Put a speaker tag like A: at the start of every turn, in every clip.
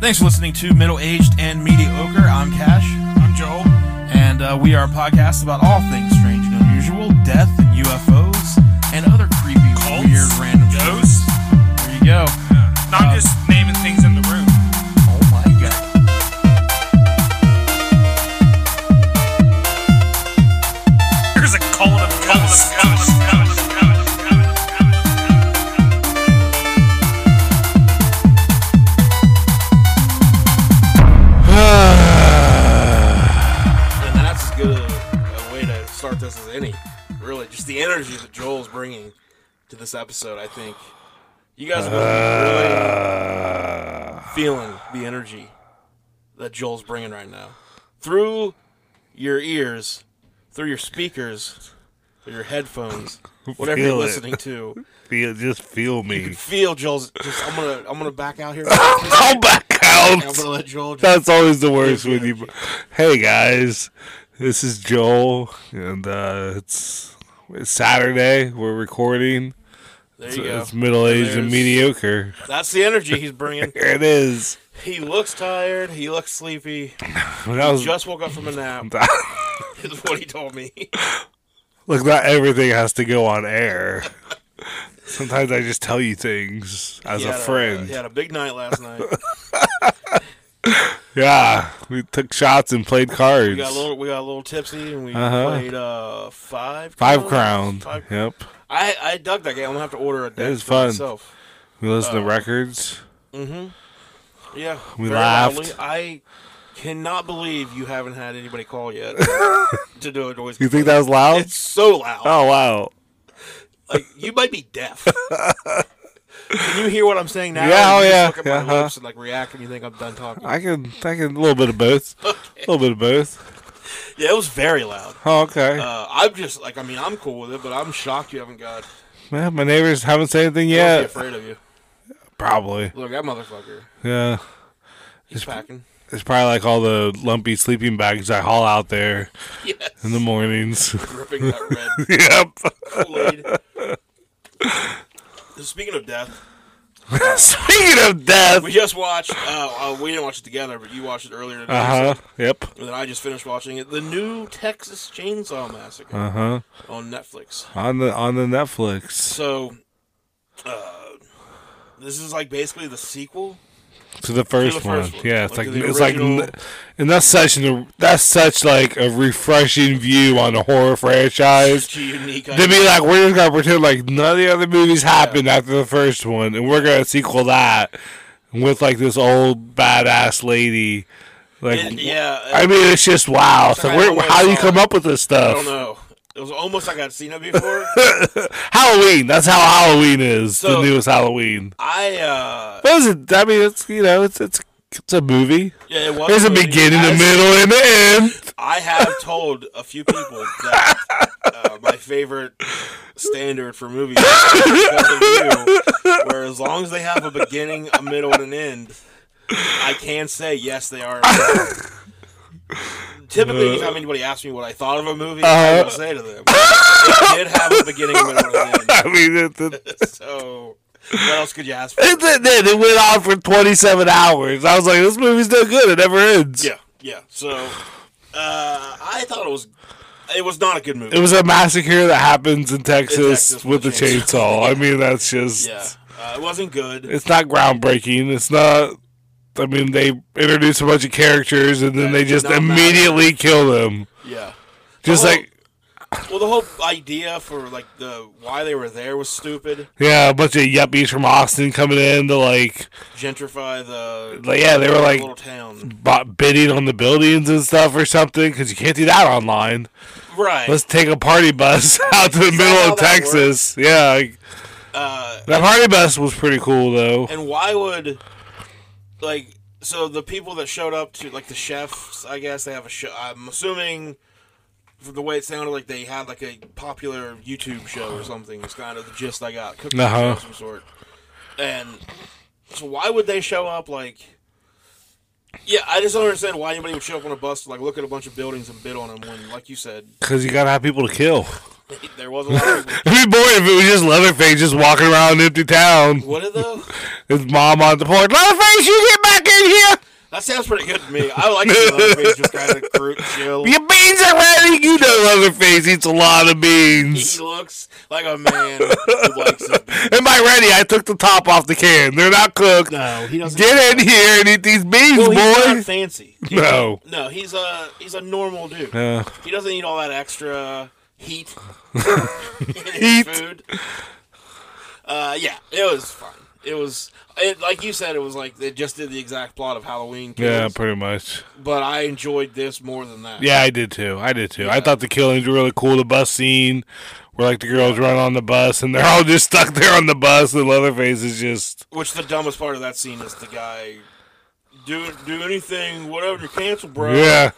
A: Thanks for listening to Middle Aged and Mediocre. I'm Cash. I'm Joel. And uh, we are a podcast about all things strange and unusual, death, UFOs, and other creepy,
B: Cults,
A: weird, random
B: ghosts.
A: shit. There you go.
B: No, I'm just naming things in the room.
A: Oh my god.
B: There's a cult of ghosts.
C: And that's as good a, a way to start this as any. Really, just the energy that Joel's bringing to this episode, I think. You guys are really
D: Uh.
C: feeling the energy that Joel's bringing right now. Through your ears, through your speakers, through your headphones, whatever
D: Feel
C: you're
D: it.
C: listening to.
D: Feel, just feel me.
C: Feel Joel's just I'm gonna I'm gonna back out here.
D: Oh my
C: I'm
D: god!
C: gonna let Joel just
D: That's always the worst
C: Here's
D: when
C: the
D: you. Hey guys, this is Joel, and uh, it's, it's Saturday. We're recording.
C: there
D: It's,
C: you go.
D: it's middle aged and
C: There's-
D: mediocre.
C: That's the energy he's bringing.
D: Here it is.
C: He looks tired. He looks sleepy.
D: When I was,
C: Just woke up from a nap. Is what he told me.
D: look, not everything has to go on air. Sometimes I just tell you things as
C: He
D: a
C: had
D: friend.
C: he had a big night last night.
D: yeah, we took shots and played cards.
C: We got a little. We got a little tipsy, and we
D: Uh-huh.
C: played uh, five.
D: Five
C: crowns?
D: crowned.
C: Five-
D: Yep.
C: I I dug that game. I'm gonna have to order a deck
D: was
C: for
D: fun.
C: myself.
D: We
C: Oh.
D: listened to records.
C: Yeah,
D: We
C: very
D: laughed.
C: loudly. I cannot believe you haven't had anybody call yet to do a noise.
D: You think that was loud?
C: It's so loud.
D: oh wow!
C: Like you might be deaf. Can you hear what I'm saying now?
D: Yeah,
C: You
D: oh,
C: just
D: yeah,
C: Look at my
D: uh-huh.
C: lips and like react when you think I'm done talking.
D: I can, I can a little bit of both. A little bit of both.
C: yeah, it was very loud.
D: Oh, okay.
C: Uh, I'm just like I mean I'm cool with it, but I'm shocked you haven't got.
D: Man, my neighbors haven't said anything
C: Yeah,
D: yet.
C: afraid of you.
D: Probably.
C: Look, that motherfucker.
D: Yeah.
C: He's packing.
D: It's probably like all the lumpy sleeping bags I haul out there
C: Yes,
D: in the mornings.
C: ripping that red
D: yep.
C: Kool-Aid. Speaking of death,
D: Speaking of death.
C: we just watched. Uh, uh, we didn't watch it together, but you watched it earlier today.
D: Uh huh. Yep.
C: so- And then I just finished watching it. The new Texas Chainsaw Massacre
D: Uh huh.
C: on Netflix.
D: On the on the Netflix
C: So, uh, this is like basically the sequel.
D: to the first,
C: first
D: one.
C: one.
D: Yeah, it's
C: Like
D: like,
C: the
D: it's like
C: original-
D: n- and that's such an that's such like a refreshing view on the horror franchise.
C: It's unique.
D: To be like, we're just gonna pretend like none of the other movies happened after the first one, and we're gonna sequel that with like this old badass lady. Like,
C: It- yeah, it-
D: I mean, it's just wow. So,
C: I
D: where,
C: always
D: how do you
C: saw
D: come up with this
C: I don't
D: stuff?
C: know. It was almost like I'd seen it before.
D: Halloween. That's how Halloween is.
C: So-
D: the newest Halloween.
C: I uh,
D: What is it? I mean, it's you know, it's it's it's a movie.
C: yeah, it was
D: There's a
C: movie.
D: beginning, a
C: I-
D: middle, and an end.
C: I have told a few people that uh, my favorite standard for movies is because of you, where as long as they have a beginning, a middle, and an end, I can say yes, they are. a movie. Typically,
D: Uh,
C: anytime anybody asks me what I thought of a movie,
D: uh-huh.
C: I will say to them, "It did have a beginning, a middle, and an
D: I mean, it, it,
C: end." So, what else could you ask for?
D: it, it, it went on for 27 hours. I was like, this movie's no good. It never ends.
C: Yeah, yeah. So, uh, I thought it was. It was not a good movie.
D: It was a massacre that happens in Texas,
C: Texas
D: with a chainsaw. I mean, that's just.
C: yeah, uh, it wasn't good.
D: It's not groundbreaking. It's not. I mean, they introduce a bunch of characters and
C: That
D: then they
C: did
D: just
C: not matter.
D: immediately kill them.
C: Yeah.
D: Just
C: Well-
D: like,
C: Well, the whole idea for like the why they were there was stupid.
D: yeah, a bunch of yuppies from Austin coming in to like,
C: Gentrify the
D: like yeah, they were like
C: little town,
D: b- bidding on the buildings and stuff or something because you can't do that online.
C: right?
D: Let's take a party bus out to the middle
C: how
D: of
C: that
D: Texas. Yeah, like,
C: uh,
D: that party bus was pretty cool though.
C: and why would like so the people that showed up to like the chefs? I guess they have a show. I'm assuming from the way it sounded like they had like a popular YouTube show or something. It's kind of the gist I got. Cooking
D: Uh-huh.
C: show of some sort. And so why would they show up like? Yeah, I just don't understand why anybody would show up on a bus to like look at a bunch of buildings and bid on them when, like you said,
D: Because you gotta have people to kill.
C: There was a lot of people.
D: It'd be boring if it was just Leatherface just walking around an empty town.
C: What are those?
D: His mom on the porch. Leatherface, you get back in here.
C: That sounds pretty good to me. I would like to see Leatherface just kind of cru- chill.
D: Your beans are ready. You know, Leatherface eats a lot of
C: He
D: beans.
C: looks like a man who likes his beans.
D: And by ready, I took the top off the can. They're not cooked.
C: No, he doesn't.
D: Get in here and eat these beans,
C: well, he's
D: boy.
C: not fancy.
D: No.
C: No, he's a he's a normal dude.
D: Uh,
C: He doesn't eat all that extra heat.
D: Heat.
C: heat food. Uh, yeah, it was fun. It was it, like you said. It was like they just did the exact plot of Halloween.
D: yeah,
C: Kills,
D: pretty much.
C: but I enjoyed this more than that.
D: Yeah, I did too. I did too. I thought the killings were really cool. The bus scene where like the girls run on the bus and they're all just stuck there on the bus and Leatherface is just
C: Which the dumbest part of that scene is the guy. Do do anything, whatever. You're canceled, bro.
D: Yeah.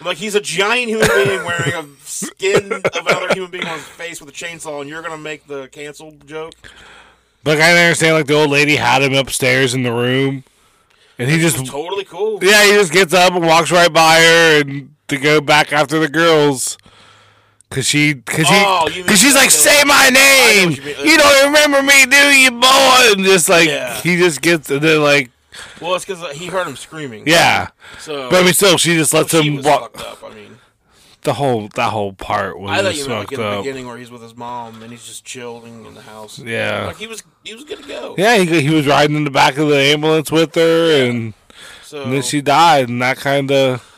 C: I'm Like he's a giant human being wearing a skin of another human being on his face with a chainsaw, and you're gonna make the cancel joke.
D: Like I didn't understand like the old lady had him upstairs in the room and he just
C: Totally cool.
D: Yeah, he just gets up and walks right by her and to go back after the girls. Cause she, cause he,
C: Oh, you mean
D: cause she's
C: that
D: like,
C: thing.
D: say my
C: know
D: name.
C: what you mean.
D: you, don't remember me, do you, boy? And just like
C: Yeah.
D: he just gets, and then like,
C: Well, it's because he heard him screaming.
D: yeah.
C: So
D: But I mean, still, she just lets
C: she
D: him
C: was
D: walk.
C: fucked up. I mean,
D: The whole that whole part was
C: I thought you
D: just
C: meant like
D: fucked
C: in the
D: up.
C: beginning where he's with his mom and he's just chilling in the house.
D: Yeah.
C: like he was he was good to go.
D: Yeah, he, he was riding in the back of the ambulance with her, and,
C: So
D: and then she died, and that kind of.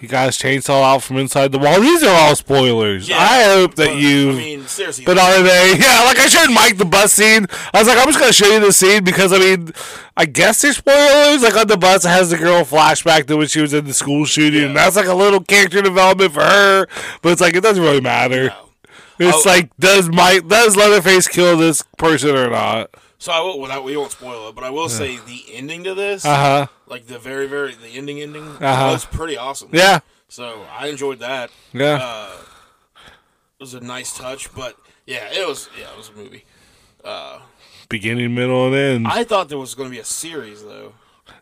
D: He got his chainsaw out from inside the wall. These are all spoilers.
C: Yeah,
D: I hope that
C: but,
D: you.
C: I mean, seriously.
D: But are they? Yeah, like I showed Mike the bus scene. I was like, I'm just gonna show you the scene because I mean, I guess there's spoilers. Like on the bus, it has the girl flashback to when she was in the school shooting. And that's like a little character development for her. But it's like it doesn't really matter. It's
C: Oh.
D: like does Mike does Leatherface kill this person or not?
C: so I will, without we won't spoil it, but I will say the ending to this,
D: Uh huh.
C: like the very very the ending ending,
D: Uh-huh.
C: was pretty awesome.
D: Yeah.
C: So I enjoyed that.
D: Yeah.
C: Uh, it was a nice touch, but yeah, it was yeah it was a movie.
D: Beginning, middle, and end.
C: I thought there was going to be a series though.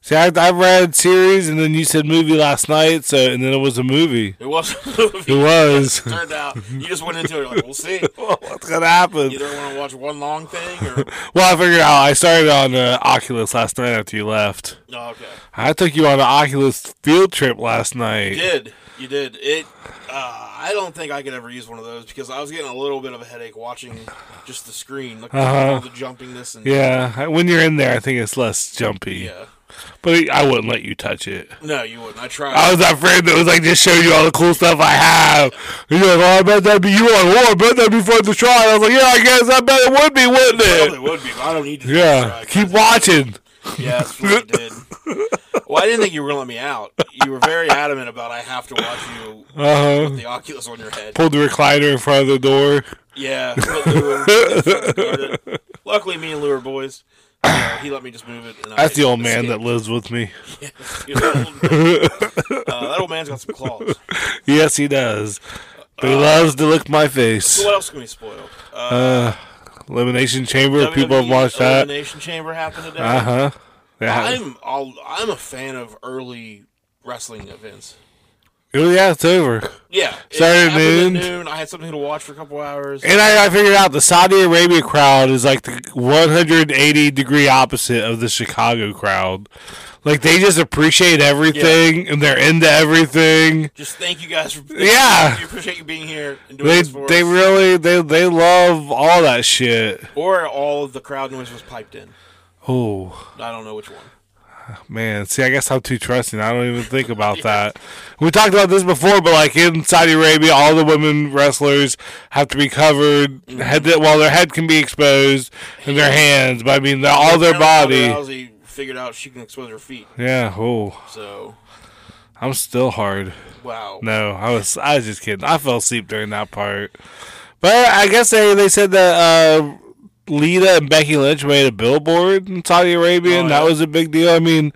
D: See, I, I read series, and then you said movie last night. So, and then it was a movie.
C: It wasn't a movie.
D: It was.
C: Turned out you just went into it like we'll see.
D: What's gonna happen?
C: Either want to watch one long thing or
D: Well, I figured out. I started on uh, Oculus last night after you left.
C: oh, okay.
D: I took you on an Oculus field trip last night.
C: You did you did it? Uh, I don't think I could ever use one of those because I was getting a little bit of a headache watching just the screen, like all the jumpingness and
D: Uh-huh. Yeah, I- when you're in there, I think it's less jumpy.
C: yeah.
D: But I wouldn't let you touch it.
C: No, you wouldn't. I tried.
D: I was that friend that was like, just showing you all the cool stuff I have. And you're like, oh, I bet that'd be you on war. I bet that'd be fun to try. And I was like, yeah, I guess I bet it would be, wouldn't
C: Probably
D: it?
C: would be, but I don't need to.
D: Yeah,
C: try.
D: keep watching.
C: Yeah, that's what you did. Well, I didn't think you were gonna let me out. You were very adamant about I have to watch you
D: Uh huh.
C: with the Oculus on your head.
D: Pulled the recliner in front of the door.
C: Yeah. but Lou was- Luckily, me and Lou are boys. You know, he let me just move it. And
D: That's
C: I
D: the old man
C: escaped.
D: that lives with me.
C: You know, uh, that old man's got some claws.
D: Yes, he does. But
C: Uh,
D: he loves to lick my
C: So
D: face.
C: what else can we spoil? Uh,
D: Elimination Chamber, if people have
C: WWE
D: watched that.
C: Elimination Chamber happened today.
D: Uh huh. Yeah.
C: I'm all, I'm a fan of early wrestling events.
D: Oh, yeah, it's over.
C: Yeah, it
D: Saturday
C: happened at
D: noon.
C: noon. I had something to watch for a couple hours.
D: And I, I figured out the Saudi Arabia crowd is like the 180 degree opposite of the Chicago crowd. Like, they just appreciate everything and they're into everything.
C: Just thank you guys. For,
D: Yeah.
C: we appreciate you being here and doing
D: They,
C: this for
D: they
C: us.
D: really they they love all that shit.
C: or all of the crowd noise was piped in.
D: Oh
C: I don't know which one.
D: man, see, I guess I'm too trusting. I don't even think about that. We talked about this before, but like in Saudi Arabia, all the women wrestlers have to be covered
C: Mm-hmm.
D: head well, their head can be exposed and their hands, but I mean, they're, all their
C: Apparently,
D: body.
C: Ronda Rousey figured out she can expose her feet.
D: Yeah. Oh,
C: So
D: I'm still hard.
C: wow.
D: No, I was I was just kidding. I fell asleep during that part. But I guess they they said that uh, Lita and Becky Lynch made a billboard in Saudi
C: Oh,
D: Arabia, and that was a big deal. I mean,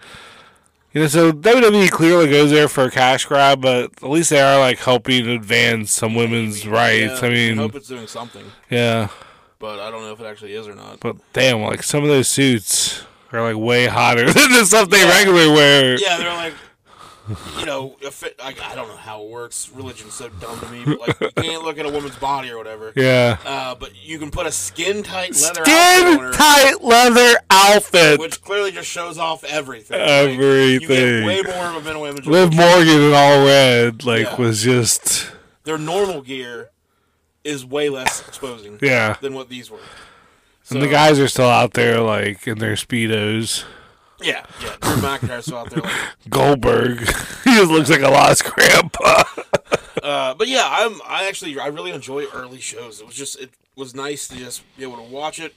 D: you know, so WWE clearly goes there for a cash grab, but at least they are like helping advance some women's rights.
C: Yeah, I
D: I mean,
C: hope it's doing something,
D: yeah,
C: but I don't know if it actually is or not.
D: but damn, like some of those suits are like way hotter than the stuff they regularly wear.
C: yeah, they're like, you know, if it, I, I don't know how it works. Religion's so dumb to me. But like, you can't look at a woman's body or whatever.
D: Yeah.
C: Uh, but you can put a skin tight leather outfit on
D: Skin
C: her,
D: tight leather outfit.
C: which clearly just shows off everything. Like, you
D: Everything.
C: get way more of a mental image. of
D: Liv Morgan in all red, like,
C: Yeah.
D: was just.
C: Their normal gear is way less exposing
D: Yeah.
C: than what these were.
D: And the
C: So-
D: guys are still out there, like, in their Speedos.
C: Yeah, yeah. Drew McIntyre's still out there. Like,
D: Goldberg. he just looks like a lost grandpa.
C: Uh, but yeah, I'm. I actually, I really enjoy early shows. It was just, it was nice to just be able to watch it.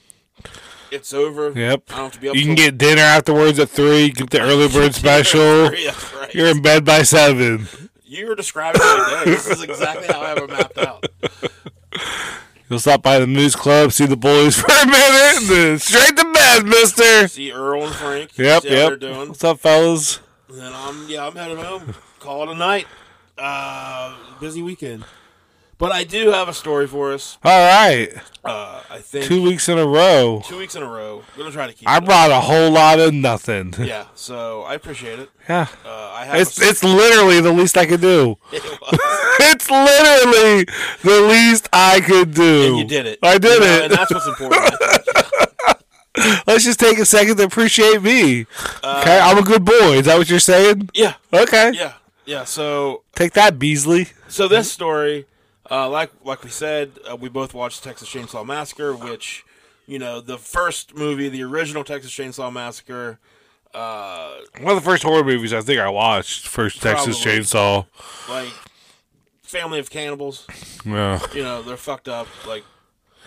C: It's over.
D: Yep.
C: I don't have to be up.
D: You can
C: till-
D: get dinner afterwards at 3, get the early bird special.
C: Yeah, right.
D: You're in bed by 7.
C: You were describing my day. This is exactly how I have it mapped out.
D: You'll stop by the Moose Club, see the boys for a minute, and then straight to bed, mister.
C: See Earl and Frank.
D: Yep,
C: see how
D: yep.
C: They're doing.
D: What's up, fellas?
C: And then I'm, yeah, I'm heading home. Call it a night. Uh, busy weekend. But I do have a story for us.
D: All right.
C: Uh, I think
D: Two weeks in a row.
C: two weeks in a row. I'm gonna try to keep.
D: I
C: it up.
D: brought a whole lot of nothing. Yeah.
C: Yeah. So I appreciate it. Uh, I have. a
D: It's it's literally the least I could do. it's literally the least I could do.
C: And you did it.
D: I did
C: You know,
D: it.
C: And that's what's important.
D: Let's just take a second to appreciate me. okay, I'm a good boy. Is that what you're saying?
C: yeah.
D: Okay.
C: Uh, Yeah. Yeah. So
D: Take that, Beasley.
C: so this story, uh, like like we said, uh, we both watched Texas Chainsaw Massacre, which you know the first movie, the original Texas Chainsaw Massacre. Uh,
D: One of the first horror movies I think I watched, first Texas
C: Probably.
D: Chainsaw.
C: like family of cannibals,
D: Yeah.
C: you know they're fucked up. Like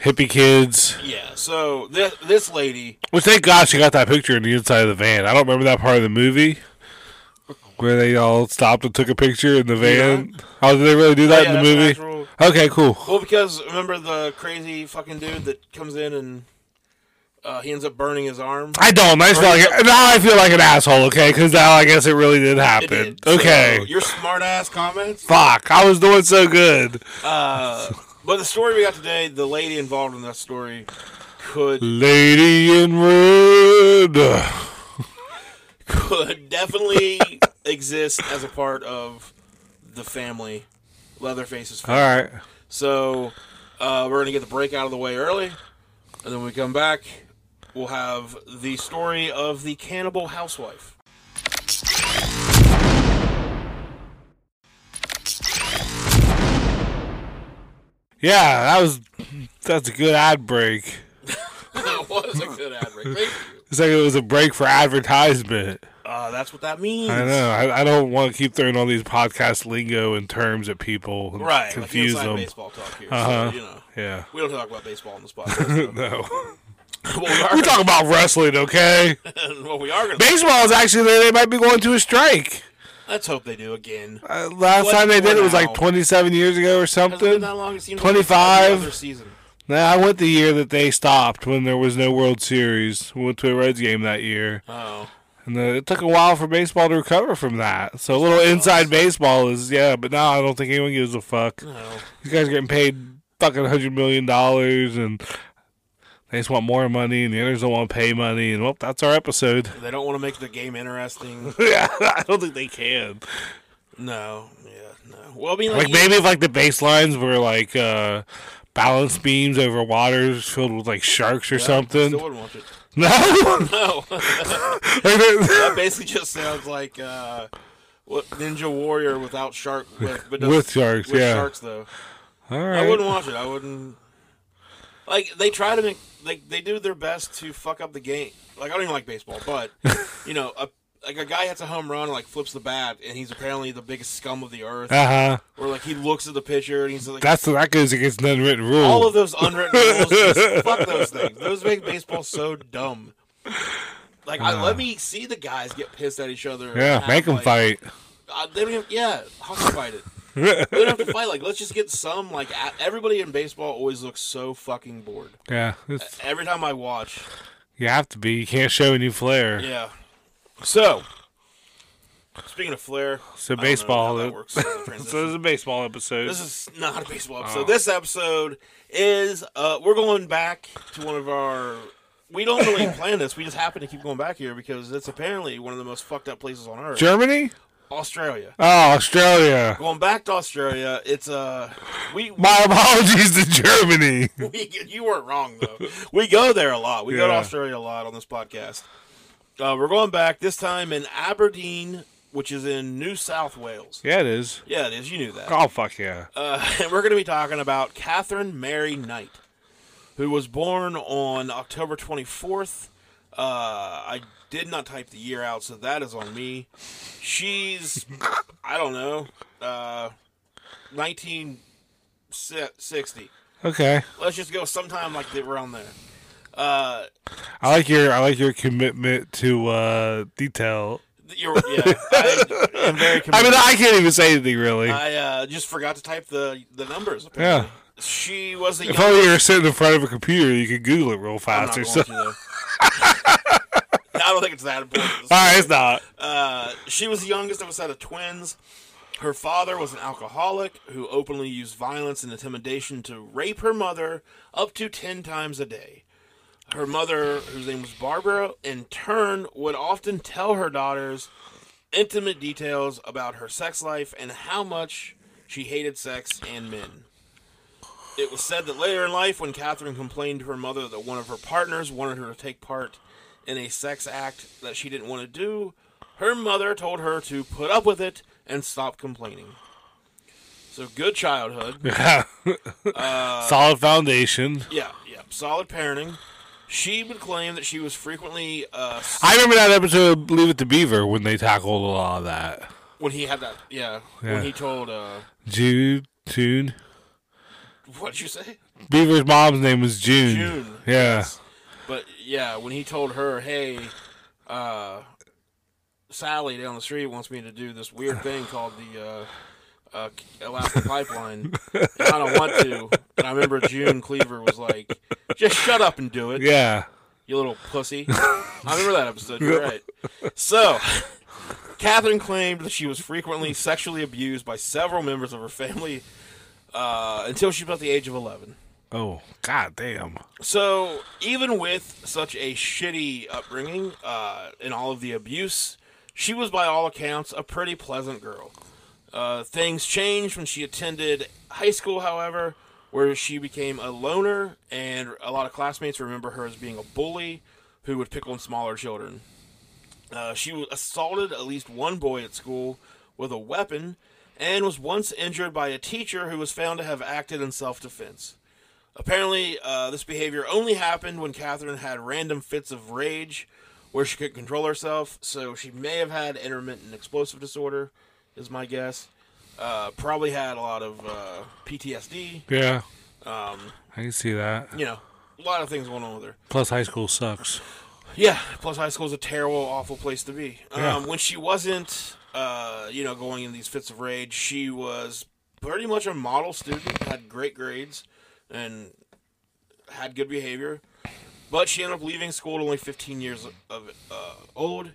D: Hippie kids.
C: yeah. So this this lady,
D: Well, thank God she got that picture in the inside of the van. I don't remember that part of the movie where they all stopped and took a picture in the van. Oh, did they really do that
C: yeah,
D: in the
C: that's an
D: movie?
C: actual-
D: Okay, cool.
C: well, because remember the crazy fucking dude that comes in and uh, he ends up burning his arm.
D: I don't. I just feel like now I feel like an asshole. Okay, because now I guess it really did
C: It
D: happen.
C: did. So,
D: Okay,
C: your smart ass comments.
D: fuck. I was doing so good.
C: Uh, but the story we got today, the lady involved in that story could
D: Lady in red. Ugh.
C: could definitely exist as a part of the family, Leatherface's
D: All
C: family.
D: right.
C: So uh, we're gonna get the break out of the way early, and then when we come back, we'll have the story of the cannibal housewife.
D: Yeah, that was that's a good ad break.
C: that was a good ad break. Thank you.
D: It's like it was a break for advertisement.
C: Uh, that's what that means.
D: I know. I, I don't want to keep throwing all these podcast lingo and terms at people. And
C: Right,
D: Confuse
C: like inside
D: them.
C: baseball talk here.
D: Uh-huh.
C: So, you know,
D: Yeah.
C: we don't talk about baseball on this podcast.
D: no.
C: but we are,
D: We talk about wrestling, okay?
C: well, we are gonna.
D: Baseball is actually they might be going to a strike.
C: Let's hope they do again.
D: Uh, last
C: What
D: time they did it
C: for
D: was like
C: now?
D: 27 years ago or
C: Hasn't been
D: something.
C: that long. It seems
D: 25.
C: Like every other season.
D: No, I went the year that they stopped when there was no World Series. We went to a Reds game that year,
C: Oh,
D: and uh it took a while for baseball to recover from that. So a little inside baseball is yeah, but now I don't think anyone gives a fuck.
C: no.
D: These guys are getting paid fucking hundred million dollars, and they just want more money, and the others don't want to pay money, and well, that's our episode.
C: They don't want to make the game interesting.
D: Yeah, I don't think they can.
C: No. Yeah. No. Well, I mean, like,
D: Like maybe if like the baselines were like uh balance beams over waters filled with like sharks or
C: I
D: something.
C: still wouldn't watch it.
D: No.
C: No.
D: Like,
C: that basically just sounds like uh, what Ninja Warrior without shark with but does-
D: With sharks,
C: with
D: yeah.
C: sharks though.
D: All
C: I
D: right.
C: wouldn't watch it. I wouldn't. Like they try to make like they do their best to fuck up the game. Like I don't even like baseball, but you know, a, like a guy hits a home run, and, like flips the bat, and he's apparently the biggest scum of the earth.
D: Uh huh.
C: or like he looks at the pitcher and he's like,
D: That's that goes against an unwritten rule.
C: all of those unwritten rules. Just fuck those things. Those make baseball so dumb. Like, I, let me see the guys get pissed at each other. and
D: yeah,
C: act
D: make them
C: like-
D: fight.
C: Uh, they don't. Even, yeah, hockey fight it. they don't have to fight. Like, let's just get some. Like, a- everybody in baseball always looks so fucking bored.
D: Yeah, it's,
C: Every time I watch,
D: you have to be. You can't show any flair.
C: yeah. So, speaking of flair, I
D: So
C: don't know
D: baseball.
C: how that
D: uh,
C: works. as a
D: so
C: transition.
D: this is a baseball episode.
C: This is not a baseball
D: Oh.
C: episode. This episode is uh we're going back to one of our we don't really plan this. We just happen to keep going back here because it's apparently one of the most fucked up places on earth.
D: Germany.
C: Australia.
D: Oh, Australia.
C: Going back to Australia, it's uh, we,
D: My apologies to Germany.
C: we you weren't wrong though. we go there a lot. We go to
D: Yeah.
C: Australia a lot on this podcast. Uh, we're going back this time in Aberdeen, which is in New South Wales.
D: Yeah, it is.
C: Yeah, it is. You knew that.
D: Oh, fuck yeah.
C: Uh, and we're going to be talking about Catherine Mary Knight, who was born on October 24th. Uh, I did not type the year out, so that is on me. She's, I don't know, uh, 1960.
D: Okay.
C: Let's just go sometime like that around there.
D: I like your I like your commitment to uh detail.
C: You're, yeah, I, am very
D: I mean,
C: committed.
D: I can't even say anything really.
C: I uh, just forgot to type the, the numbers.
D: yeah.
C: Apparently. She was the
D: If only you were sitting in front of a computer, you could Google it real
C: I'm not
D: fast or
C: going
D: something.
C: to, though. I don't think it's that important.
D: All right, it's not.
C: Uh, she was the youngest of a set of twins. Her father was an alcoholic who openly used violence and intimidation to rape her mother up to 10 times a day. Her mother, whose name was Barbara, in turn would often tell her daughters intimate details about her sex life and how much she hated sex and men. It was said that later in life, when Catherine complained to her mother that one of her partners wanted her to take part in a sex act that she didn't want to do, her mother told her to put up with it and stop complaining. So good childhood. Uh,
D: Solid foundation.
C: yeah, yeah, solid parenting. She would claim that she was frequently uh, s-
D: I remember that episode of Leave It to Beaver when they tackled a lot of that.
C: when he had that. Yeah,
D: Yeah.
C: when he told uh,
D: Jude, June.
C: what'd you say?
D: Beaver's mom's name was June.
C: June,
D: Yeah.
C: But yeah, when he told her, "Hey, uh, Sally down the street wants me to do this weird thing called the uh, uh, Alaska Pipeline, and I don't want to," and I remember June Cleaver was like, "Just shut up and do it,
D: Yeah.
C: you little pussy." I remember that episode. You're right. So. Catherine claimed that she was frequently sexually abused by several members of her family uh, until she was about the age of 11.
D: Oh, god damn.
C: So even with such a shitty upbringing uh, and all of the abuse, she was by all accounts a pretty pleasant girl. Uh, things changed when she attended high school, however, where she became a loner, and a lot of classmates remember her as being a bully who would pick on smaller children. Uh, she was assaulted at least one boy at school with a weapon and was once injured by a teacher who was found to have acted in self defense. Apparently, uh, this behavior only happened when Catherine had random fits of rage where she couldn't control herself, so she may have had intermittent explosive disorder, is my guess. Uh, probably had a lot of uh, PTSD,
D: Yeah. Um, I can see that.
C: you know, a lot of things going on with her.
D: Plus, high school sucks.
C: Yeah, plus high school is a terrible, awful place to be. Um,
D: Yeah.
C: When she wasn't, uh, you know, going in these fits of rage, she was pretty much a model student, had great grades, and had good behavior. But she ended up leaving school at only 15 years of uh, old.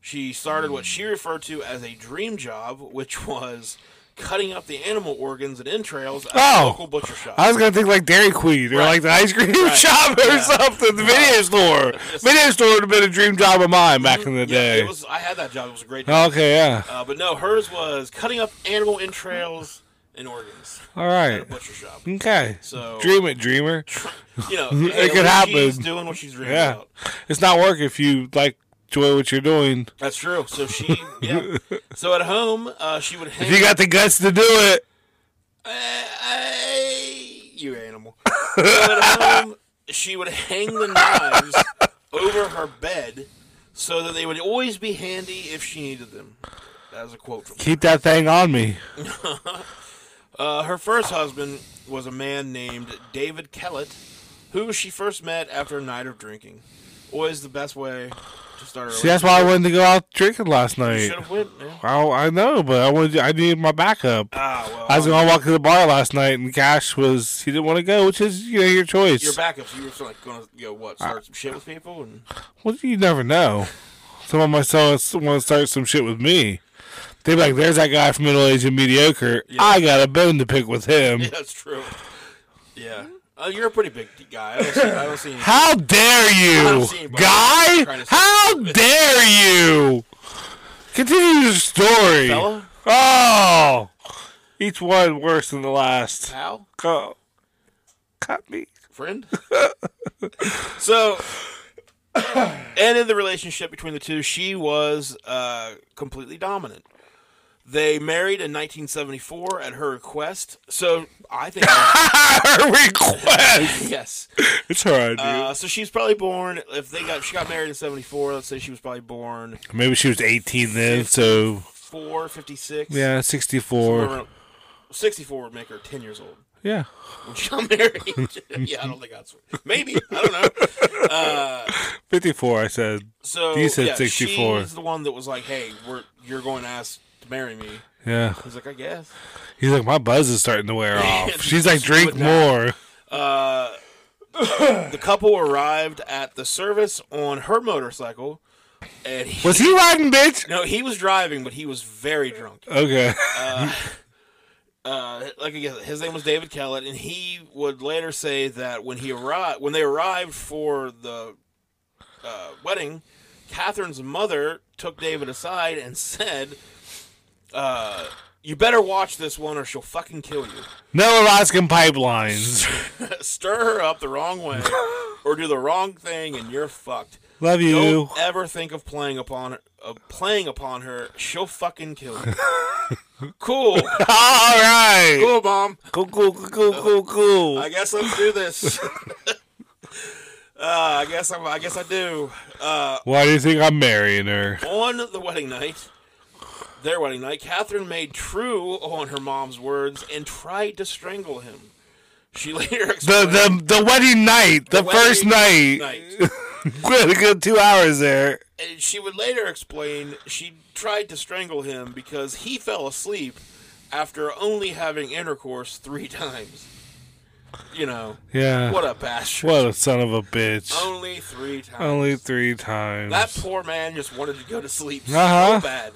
C: She started what she referred to as a dream job, which was cutting up the animal organs and entrails at a
D: Oh.
C: local butcher shop.
D: I was gonna think like Dairy Queen or like the ice cream shop or
C: Yeah.
D: something. The video store. Video store would have been a dream job of mine back in the
C: yeah,
D: day.
C: it was. I had that job. It was a great job.
D: okay, yeah.
C: Uh, but no, hers was cutting up animal entrails and organs
D: All
C: at
D: right.
C: a butcher shop.
D: Okay.
C: So
D: Dream it, dreamer.
C: you know,
D: It
C: hey,
D: could
C: at least She's
D: happen.
C: doing what she's dreaming
D: Yeah.
C: about.
D: It's not work if you like enjoy what you're doing.
C: That's true. So she, yeah. so at home, uh, she would hang.
D: If you got the guts to do it.
C: Hey, you animal. So at home, she would hang the knives over her bed so that they would always be handy if she needed them. That was a quote from
D: Keep that thing on me.
C: Uh, her first husband was a man named David Kellett, who she first met after a night of drinking. Always the best way to start a
D: See, that's why I wanted to go out drinking last
C: You
D: night.
C: should have went, man.
D: I, I know, but I wanted. I needed my backup.
C: Ah, well.
D: I was gonna walk to the bar last night, and Cash was he didn't want to go, which is you know your choice.
C: your backups, you were sort of like going to go, what, start some shit with people? And
D: Well, you never know. Someone might so- want to start some shit with me. They be like, "There's that guy from middle aged and mediocre. I got a bone to pick with him."
C: Yeah, that's true. Yeah. Uh, you're a pretty big guy. I don't see, I don't see any.
D: How dare
C: I
D: you,
C: don't see anybody
D: guy?
C: trying to-
D: How dare you? Continue your story.
C: Fella?
D: Oh, each one worse than the last.
C: Pal?
D: Go, cut me.
C: Friend? so, and in the relationship between the two, she was uh, completely dominant. They married in 1974 at her request. So, I think.
D: Our request.
C: yes.
D: It's hard, dude.
C: Uh, so, she's probably born, if they got, she got married in 74, let's say she was probably born
D: Maybe she was 18 then, so
C: 4, 56.
D: yeah, 64.
C: 64 would make her 10 years old.
D: Yeah.
C: When she got married. yeah, I don't think that's. Maybe. I don't know.
D: 54, I said.
C: So
D: You said
C: yeah,
D: 64.
C: She's the one that was like, "Hey, we're you're going to ask to marry me."
D: Yeah.
C: He's like, "I guess."
D: He's like, my buzz is starting to wear off. She's like, drink
C: Would not.
D: more.
C: The couple arrived at the service on her motorcycle, and he,
D: Was he riding, bitch?
C: no, he was driving, but he was very drunk.
D: Okay.
C: Uh, like again, his name was David Kellett, and he would later say that when he arrived, when they arrived for the uh, wedding, Catherine's mother took David aside and said, uh, "You better watch this one, or she'll fucking kill you."
D: No Alaskan pipelines.
C: stir her up the wrong way or do the wrong thing and you're fucked.
D: Love you.
C: Don't ever think of playing upon her. Of playing upon her, she'll fucking kill you. cool,
D: All right.
C: cool, mom.
D: Cool, cool, cool, cool, cool, cool.
C: I guess let's do this. uh, I guess I'm, I guess I do. Uh,
D: Why do you think I'm marrying her?
C: on the wedding night, their wedding night, Catherine made true on her mom's words and tried to strangle him. She later
D: The
C: explained
D: the the wedding night, the,
C: wedding
D: first night.
C: night.
D: We had a good two hours there.
C: And she would later explain she tried to strangle him because he fell asleep after only having intercourse three times. You know,
D: Yeah.
C: what a bastard.
D: What a son of a bitch. Oh.
C: Only three times.
D: Only three times.
C: that poor man just wanted to go to sleep
D: Uh-huh.
C: so bad.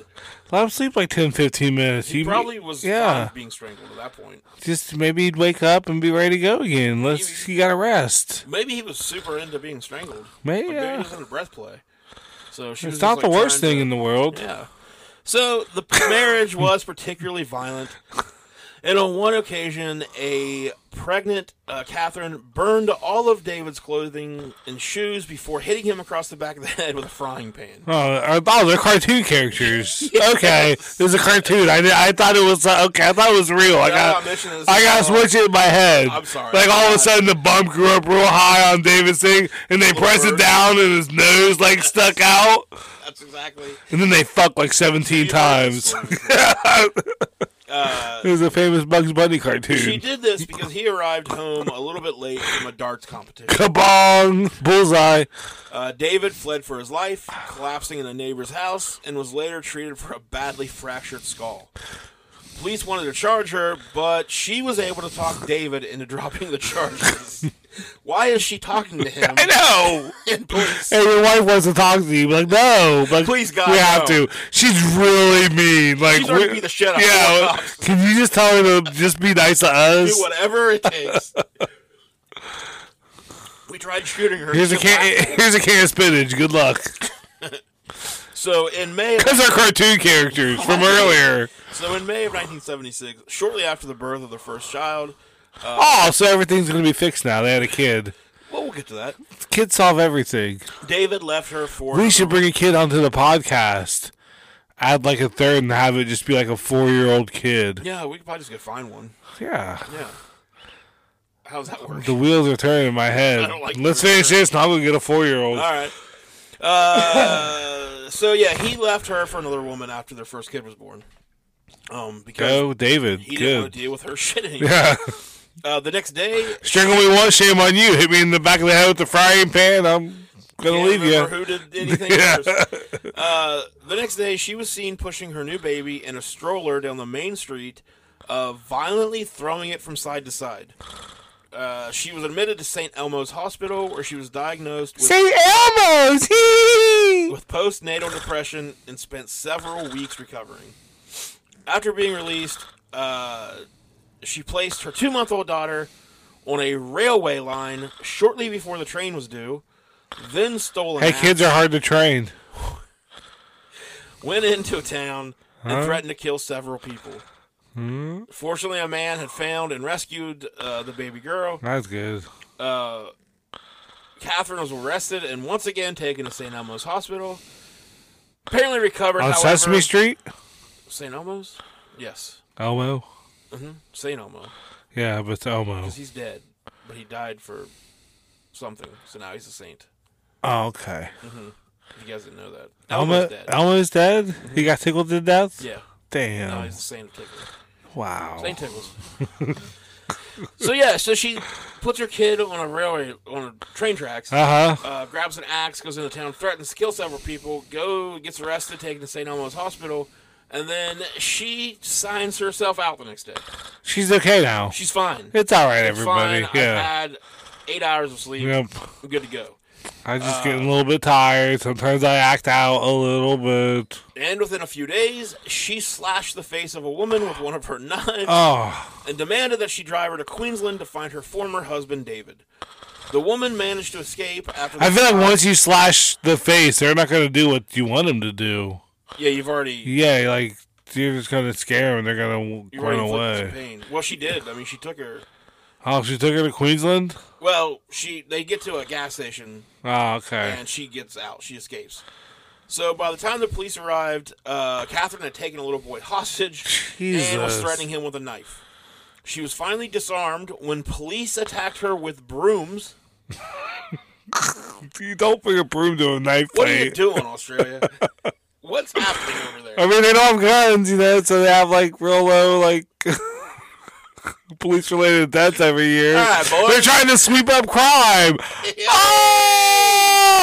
D: Let him sleep like 10, 15 minutes.
C: He
D: You-
C: probably was fine
D: Yeah.
C: with being strangled at that point.
D: Just maybe he'd wake up and be ready to go again. Let's. He got to rest.
C: Maybe he was super into being strangled.
D: Maybe,
C: Like,
D: yeah.
C: he was into breath play. So she was
D: It's
C: just,
D: not the
C: like,
D: worst
C: trying
D: thing
C: to-
D: in the world.
C: Yeah. So the marriage was particularly violent. And on one occasion, a pregnant uh, Catherine burned all of David's clothing and shoes before hitting him across the back of the head with a frying pan.
D: Oh, uh, oh, they're cartoon characters. Okay, there's a cartoon. I, did- I thought it was uh, okay. I thought it was real. I
C: No,
D: got
C: I'm mentioning this
D: I
C: is
D: got
C: wrong.
D: switched in my head.
C: I'm sorry. Uh,
D: Like all of a
C: God.
D: sudden, the bump grew up real high on David's thing, and they press it
C: bird.
D: down, and his nose like stuck out,
C: That's exactly.
D: and then they fuck like 17 times. it was a famous Bugs Bunny
C: She
D: cartoon.
C: did this because he arrived home a little bit late from a darts competition.
D: Kabong! Bullseye.
C: Uh, David fled for his life, collapsing in a neighbor's house, and was later treated for a badly fractured skull. Police wanted to charge her, but she was able to talk David into dropping the charges. Why is she talking to him?
D: I know.
C: And police.
D: And your wife wants to talk to you. Be Like, no. Like,
C: Please, God,
D: We have
C: no.
D: to. She's really mean. Like,
C: She's already
D: we-
C: beat the shit out of four
D: Yeah.
C: cops.
D: Can you just tell her to just be nice to
C: Do
D: us?
C: whatever it takes. we tried shooting her.
D: Here's a
C: She laughed.
D: can. Here's a can of spinach. Good luck.
C: So in May, of-
D: Those are cartoon characters from earlier.
C: so in May of 1976, shortly after the birth of their first child, Uh,
D: Oh, so everything's gonna be fixed now. They had a kid.
C: well, we'll get to that.
D: Kids solve everything.
C: David left her for
D: We should bring a kid onto the podcast. Add like a third and have it just be like a four-year-old kid.
C: Yeah, we could probably just go find one.
D: Yeah.
C: Yeah. How's that work?
D: The wheels are turning in my head.
C: don't like
D: Let's
C: your
D: finish this, and I'm gonna get a four-year-old.
C: All right. Uh, so yeah, he left her for another woman after their first kid was born. Um, because
D: Go, David.
C: he didn't want
D: Good.
C: to deal with her shit anymore.
D: Yeah.
C: Uh, the next day,
D: Strangle me once, shame on you. Hit me in the back of the head with the frying pan. I'm gonna
C: can't
D: leave you.
C: remember who did anything
D: Yeah.
C: first. Uh, the next day, she was seen pushing her new baby in a stroller down the main street, uh, violently throwing it from side to side. Uh, she was admitted to St. Elmo's Hospital, where she was diagnosed with
D: St. Elmo's. hee!
C: with postnatal depression and spent several weeks recovering. After being released, uh, she placed her two month old daughter on a railway line shortly before the train was due, then stole an
D: Hey,
C: axe,
D: kids are hard to train.
C: went into town and threatened to kill several people.
D: Hmm?
C: Fortunately, a man had found and rescued uh, the baby girl.
D: That's good.
C: Catherine was arrested and once again taken to St. Elmo's Hospital. Apparently recovered.
D: On
C: however,
D: Sesame Street?
C: St. Elmo's? Yes.
D: Elmo?
C: St. Elmo.
D: Yeah, but it's Elmo.
C: 'Cause He's dead, but he died for something, so now he's a saint.
D: Oh, okay.
C: If you guys didn't know that.
D: Elmo,
C: Elmo's dead. Mm-hmm.
D: Elmo's dead? He got tickled to death?
C: yeah. Now
D: Damn.
C: he's a saint of tickles.
D: Wow.
C: Saint tickles. so yeah, so she puts her kid on a railway on a train tracks.
D: Uh huh.
C: uh, grabs an axe, goes into town, threatens to kill several people, go gets arrested, taken to St. Elmo's Hospital, and then she signs herself out the next day.
D: She's okay now.
C: She's fine.
D: It's all right, everybody.
C: Fine. I've
D: Yeah.
C: had eight hours of sleep.
D: Yep.
C: I'm good to go.
D: I'm just
C: Uh,
D: getting a little bit tired. Sometimes I act out a little bit.
C: And within a few days, she slashed the face of a woman with one of her knives
D: Oh,
C: and demanded that she drive her to Queensland to find her former husband, David. The woman managed to escape after. The
D: I feel like once you slash the face, they're not gonna do what you want them to do.
C: Yeah, you've already.
D: Yeah, like you're just gonna scare them. They're gonna
C: You've
D: run
C: already inflicted some
D: away.
C: pain. Well, she did. I mean, she took her.
D: Oh, she took her to Queensland.
C: Well, she they get to a gas station
D: Oh, okay.
C: and she gets out. She escapes. So by the time the police arrived, uh, Catherine had taken a little boy hostage and was
D: Jesus.
C: threatening him with a knife. She was finally disarmed when police attacked her with brooms.
D: You don't bring a broom to a knife
C: What are you
D: fight.
C: doing, Australia? What's happening over there?
D: I mean, they don't have guns, you know, so they have like real low like police-related deaths every year.
C: All right, boys.
D: They're trying to sweep up crime.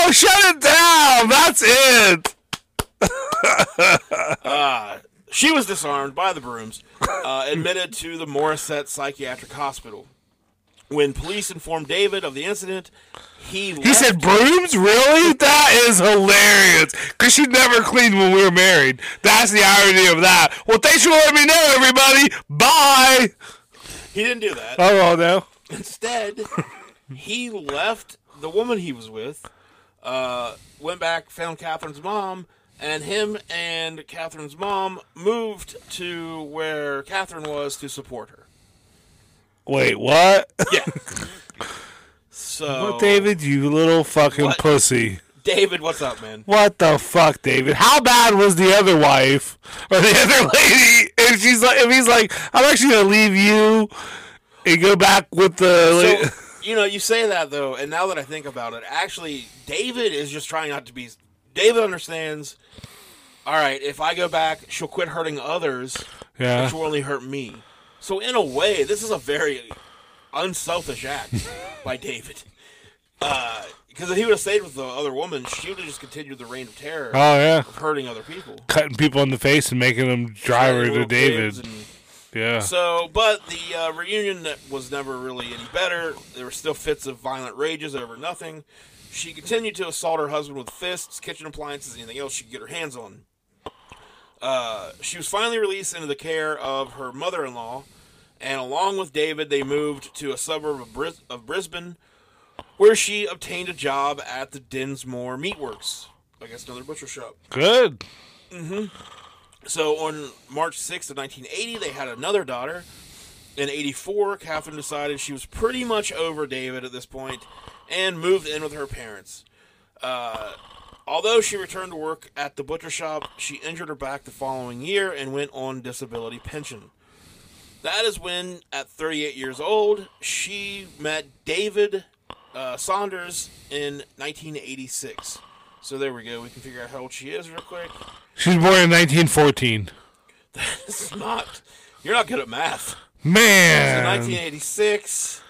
D: Oh, shut it down. That's it.
C: She was disarmed by the brooms, uh, admitted to the Morissette Psychiatric Hospital. When police informed David of the incident, he
D: He said brooms? Really? That is hilarious. Cause she never cleaned when we were married. That's the irony of that. Well, thanks for letting me know, everybody. Bye.
C: he didn't do that.
D: Oh well, no.
C: Instead, he left the woman he was with, uh, went back, found Catherine's mom, and him and Catherine's mom moved to where Catherine was to support her.
D: Wait, what?
C: So,
D: David, you little fucking
C: What?
D: pussy.
C: David, what's up, man?
D: What the fuck, David? How bad was the other wife or the other lady? If she's like, if he's like, I'm actually gonna leave you and go back with the.
C: So, you know, you say that though, and now that I think about it, actually, David is just trying not to be. David understands. All right, if I go back, she'll quit hurting others,
D: yeah.
C: which will only hurt me. So in a way, this is a very unselfish act by David. Because if he would have stayed with the other woman, she would have just continued the reign of terror,
D: Oh yeah.
C: of hurting other people.
D: Cutting people in the face and making them drive her to
C: Little kids
D: David.
C: and-
D: Yeah.
C: So, but the uh, reunion that was never really any better. There were still fits of violent rages over nothing. She continued to assault her husband with fists, kitchen appliances, anything else she could get her hands on. Uh, she was finally released into the care of her mother-in-law, and along with David, they moved to a suburb of, Bris- of Brisbane, where she obtained a job at the Dinsmore Meatworks. I guess another butcher shop.
D: Good.
C: So on March 6th of 1980, they had another daughter. In 84, Catherine decided she was pretty much over David at this point and moved in with her parents. Uh, although she returned to work at the butcher shop, she injured her back the following year and went on disability pension. That is when, at 38 years old, she met David uh, Saunders in 1986. So there we go. We can figure out how old she is real quick.
D: She was born in 1914.
C: It's not. You're not good at math. So
D: Man.
C: 1986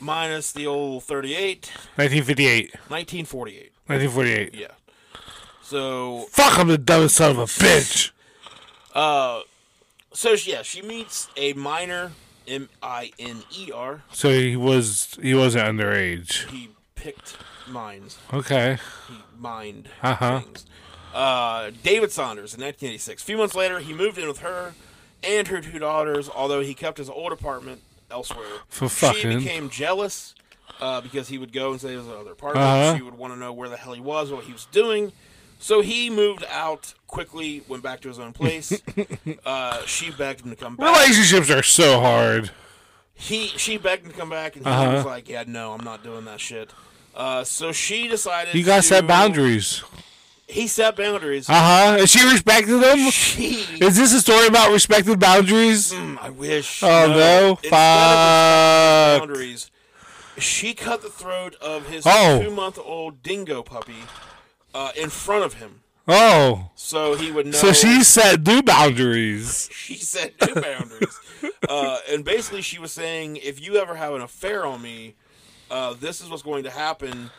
C: minus the old 38,
D: 1958.
C: 1948.
D: 1948.
C: Yeah. So,
D: Fuck, I'm the dumbest son of a bitch.
C: so she- yeah, she meets a minor, M I N E R.
D: So he was he wasn't underage.
C: He picked minds.
D: Okay.
C: He mined
D: Uh-huh.
C: things. Uh, David Saunders in 1986. A few months later, he moved in with her and her two daughters, although he kept his old apartment elsewhere.
D: For
C: She
D: fucking-
C: became jealous uh, because he would go and say it was another apartment.
D: Uh-huh.
C: She would want to know where the hell he was, what he was doing. So he moved out quickly, went back to his own place. uh, she begged him to come back.
D: Relationships are so hard.
C: He she begged him to come back, and he
D: Uh-huh.
C: was like, "Yeah, no, I'm not doing that shit." Uh, so she decided
D: You gotta
C: to-
D: set boundaries.
C: He set boundaries.
D: Uh huh. Is she respecting them?
C: She,
D: Is this a story about respected boundaries?
C: Mm, I wish.
D: Oh no!
C: Instead of
D: Fuck!
C: boundaries. She cut the throat of his
D: Oh.
C: two-month-old dingo puppy uh, in front of him,
D: Oh,
C: so he would know.
D: so she set new boundaries.
C: she set new boundaries, uh, and basically she was saying, if you ever have an affair on me, uh, this is what's going to happen.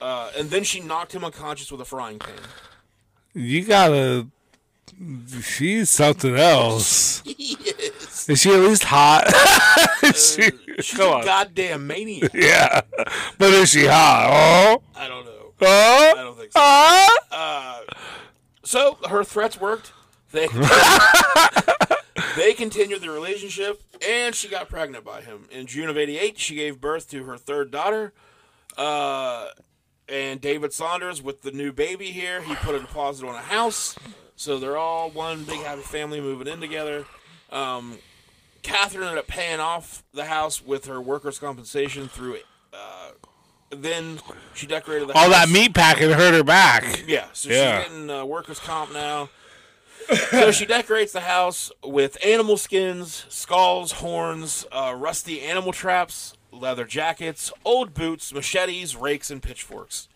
C: Uh, and then she knocked him unconscious with a frying pan.
D: You gotta. She's something else.
C: yes,
D: Is she at least hot? Is she-
C: she's
D: come
C: a
D: on.
C: goddamn maniac.
D: yeah, but is she hot? Oh,
C: I don't know.
D: oh,
C: I don't think so.
D: oh.
C: Uh, So her threats worked. They they continued the relationship, and she got pregnant by him in June of '88. She gave birth to her third daughter. Uh, and David Saunders with the new baby here, he put a deposit on a house, so they're all one big happy family moving in together. Um, Catherine ended up paying off the house with her workers' compensation through. Uh, then she decorated the
D: All that
C: house.
D: meat packing hurt her back.
C: Yeah, so
D: Yeah.
C: she's getting uh, workers' comp now. so she decorates the house with animal skins, skulls, horns, uh, rusty animal traps, leather jackets, old boots, machetes, rakes, and pitchforks.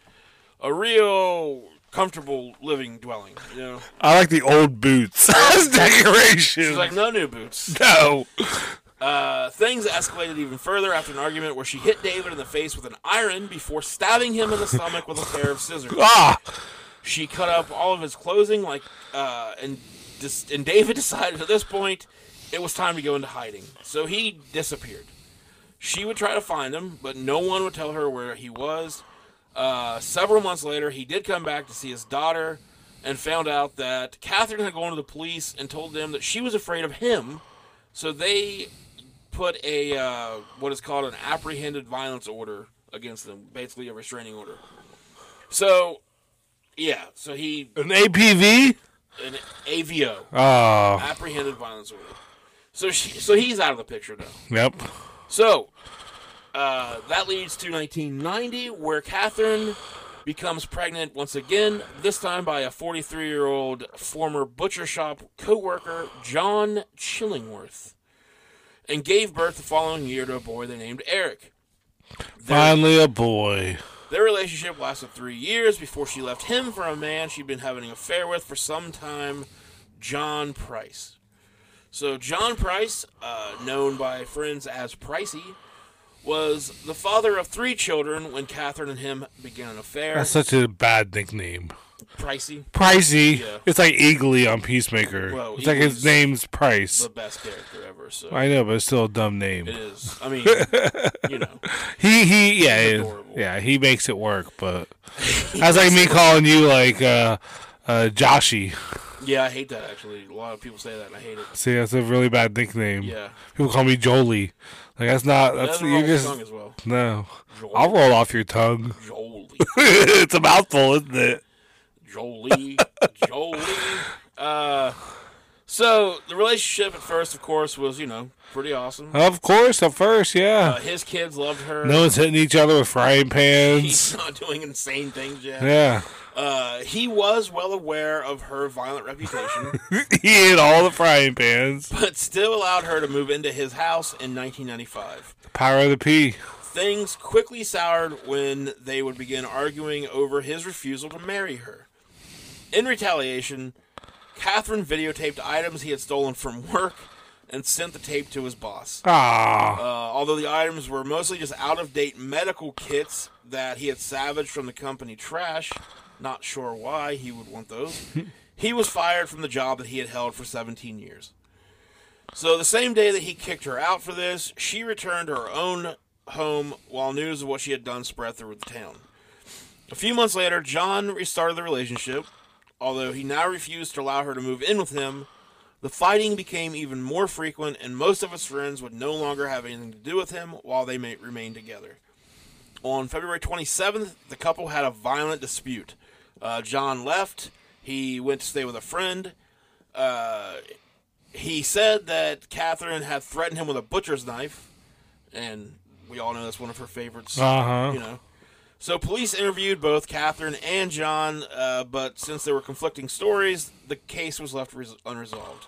C: A real comfortable living dwelling. You know,
D: I like the old boots as decoration.
C: she's like no new boots.
D: no.
C: Uh, things escalated even further after an argument where she hit David in the face with an iron before stabbing him in the stomach with a pair of scissors.
D: Ah,
C: She cut up all of his clothing, like, uh, and dis- and David decided at this point it was time to go into hiding. So he disappeared. She would try to find him, but no one would tell her where he was. Uh, several months later, he did come back to see his daughter, and found out that Catherine had gone to the police and told them that she was afraid of him. So they put a uh, what is called an apprehended violence order against them, basically a restraining order. So, yeah, so he
D: an APV.
C: an AVO
D: Oh,
C: apprehended violence order. So she, so he's out of the picture now.
D: yep.
C: So uh, that leads to 1990, where Catherine becomes pregnant once again. This time by a 43-year-old former butcher shop co-worker, John Chillingworth, and gave birth the following year to a boy they named Eric. Their,
D: Finally, a boy.
C: their relationship lasted three years before she left him for a man she'd been having an affair with for some time, John Price. So John Price, uh, known by friends as Pricey, was the father of three children when Catherine and him began an affair.
D: That's such a bad nickname.
C: Pricey,
D: Pricey.
C: Yeah.
D: It's like Eagly on Peacemaker.
C: Well,
D: it's like his
C: Eagly's-
D: name's Price.
C: the best character ever. So
D: I know, but it's still a dumb name.
C: it is. I mean, you know,
D: He he yeah
C: He's
D: yeah,
C: adorable.
D: yeah he makes it work. But that's like me calling you like uh, uh, Joshy.
C: yeah, I hate that actually. A lot of people say that, and I hate it.
D: See, that's a really bad nickname.
C: Yeah,
D: People call me Jolie. Like that's not that's
C: that's
D: you
C: wrong
D: just
C: song as well.
D: no.
C: Joel-
D: I'll roll off your tongue.
C: Jolie.
D: it's a mouthful, isn't it?
C: Jolie, Jolie. Uh, so the relationship at first, of course, was you know pretty awesome.
D: Of course, at first, yeah.
C: Uh, his kids loved her.
D: no one's hitting each other with frying
C: he's
D: pans.
C: not doing insane things yet.
D: Yeah,
C: Uh, he was well aware of her violent reputation,
D: he ate all the frying pans.
C: but still allowed her to move into his house in 1995.
D: Power of the P.
C: Things quickly soured when they would begin arguing over his refusal to marry her. In retaliation, Catherine videotaped items he had stolen from work and sent the tape to his boss.
D: Ah,
C: Uh, although the items were mostly just out of date medical kits that he had salvaged from the company trash, not sure why he would want those, he was fired from the job that he had held for 17 years. So the same day that he kicked her out for this, she returned to her own home while news of what she had done spread through the town. A few months later, John restarted the relationship, although he now refused to allow her to move in with him. The fighting became even more frequent, and most of his friends would no longer have anything to do with him while they may remain together. On February 27th, the couple had a violent dispute, Uh, John left. He went to stay with a friend. Uh, he said that Catherine had threatened him with a butcher's knife, and we all know that's one of her favorites.
D: Uh-huh.
C: You know. So police interviewed both Catherine and John, uh, but since there were conflicting stories, the case was left res- unresolved.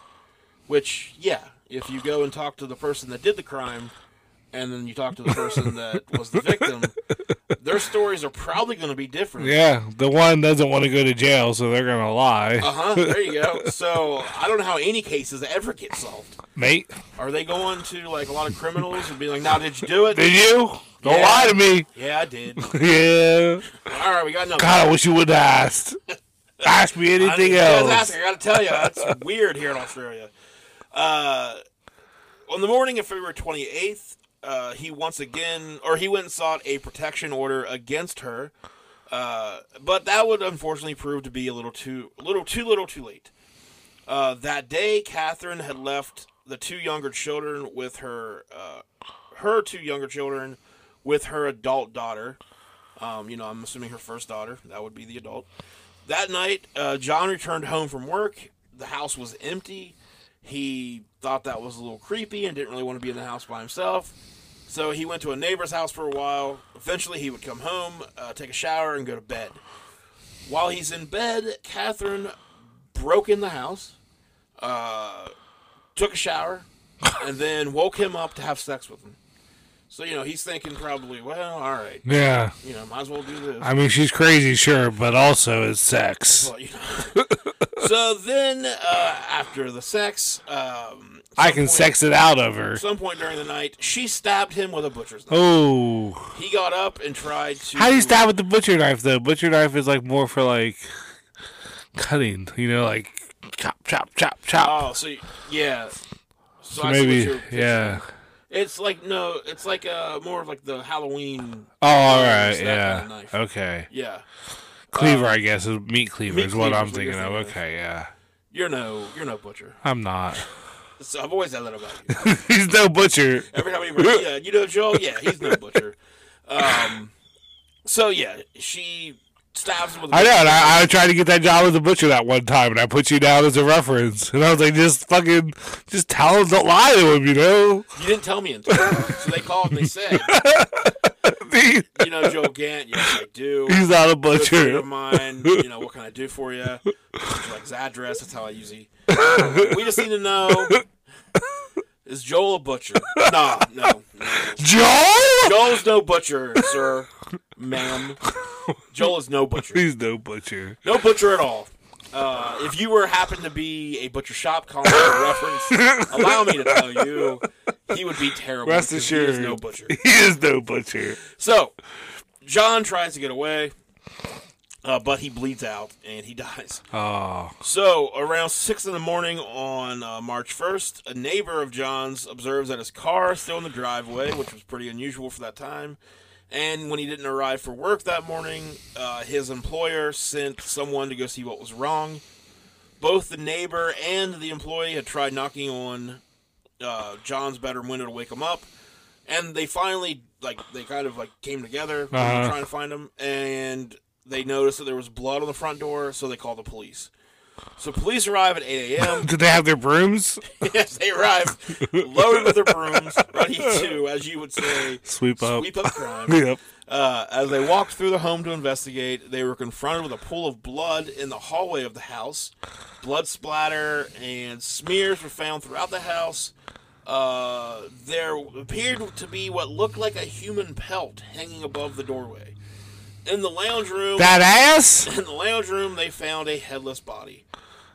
C: Which, yeah, if you go and talk to the person that did the crime, and then you talk to the person that was the victim, their stories are probably going to be different.
D: Yeah, the one doesn't want to go to jail, so they're gonna lie,
C: Uh huh. There you go. So I don't know how any cases ever get solved.
D: mate.
C: Are they going to like a lot of criminals and be like, "Now, did you do it?"
D: Did you? Don't
C: Yeah.
D: lie to me.
C: yeah, I did.
D: yeah.
C: All right, we got nothing.
D: God, I wish you would have asked. Ask me
C: I didn't-
D: anything
C: I was
D: else.
C: asking, I gotta tell you, that's weird here in Australia. Uh, on the morning of February 28th, uh, he once again, or he went and sought a protection order against her, uh, but that would unfortunately prove to be a little too, little too little, too late. Uh, that day, Catherine had left the two younger children with her, uh, her two younger children with her adult daughter. Um, you know, I'm assuming her first daughter. That would be the adult. That night, uh, John returned home from work. The house was empty. He thought that was a little creepy and didn't really want to be in the house by himself. So he went to a neighbor's house for a while. Eventually, he would come home, uh, take a shower, and go to bed. While he's in bed, Catherine broke in the house, uh, took a shower, and then woke him up to have sex with him. So, you know, he's thinking probably, well, all right,
D: Yeah.
C: you know, might as well do this.
D: I mean, she's crazy, sure, but also it's sex.
C: Well, you know. so then, uh, after the sex, um,
D: I can sex it out of her.
C: at some point during the night, she stabbed him with a butcher's knife.
D: Oh.
C: He got up and tried to.
D: How do you stab with the butcher knife, though? Butcher knife is like more for like cutting, you know, like chop, chop, chop, chop.
C: Oh, so you- yeah. So, Oh, I see what
D: Maybe,
C: you're picturing.
D: yeah.
C: It's like no, it's like uh more of like the Halloween.
D: Oh, all right,
C: Stab with a
D: yeah.
C: knife.
D: Okay.
C: Yeah,
D: Cleaver, I guess, is meat cleaver
C: meat
D: is what I'm
C: cleaver's what
D: thinking
C: you're
D: of.
C: thinking of.
D: Okay, yeah.
C: you're no, you're no butcher.
D: I'm not.
C: So I've always had that about you.
D: He's no butcher.
C: Every time we were, yeah, you know Joel, yeah, he's no butcher. Um, so yeah, she stabs him with. a
D: I know.
C: butcher's
D: And I, I tried to get that job as a butcher that one time, and I put you down as a reference. And I was like, just fucking, just tell him, don't lie to him, you know?
C: You didn't tell me until. so they called and they said, you know, Joe Gant, yes, I do.
D: He's not a
C: Good friend
D: butcher.
C: of mine. You know, what can I do for you? Like his address. That's how I usually. We just need to know. Is Joel a butcher? Nah, no. no.
D: Joel?
C: Joel's no butcher, sir, ma'am. Joel is no butcher.
D: He's no butcher.
C: No butcher at all. Uh, if you were happened to be a butcher shop calling for reference, allow me to tell you, he would be terrible.
D: Rest
C: because he is
D: assured.
C: no butcher.
D: He is no butcher.
C: So, John tries to get away, uh, but he bleeds out and he dies.
D: Oh.
C: Ah. So, around 6 in the morning on uh, March 1st, a neighbor of John's observes that his car is still in the driveway, which was pretty unusual for that time. And when he didn't arrive for work that morning, uh, his employer sent someone to go see what was wrong. Both the neighbor and the employee had tried knocking on uh, John's bedroom window to wake him up, and they finally like they kind of like came together when they were
D: Uh-huh.
C: trying to find him, and they noticed that there was blood on the front door, so they called the police. So police arrive at 8 a.m.
D: Did they have their brooms?
C: yes, they arrive loaded with their brooms, ready to, as you would say,
D: Sweep up.
C: sweep up crime.
D: Yep.
C: Uh, as they walked through the home to investigate, they were confronted with a pool of blood in the hallway of the house. Blood splatter and smears were found throughout the house. Uh, there appeared to be what looked like a human pelt hanging above the doorway. In the lounge room,
D: That ass?
C: in the lounge room, they found a headless body,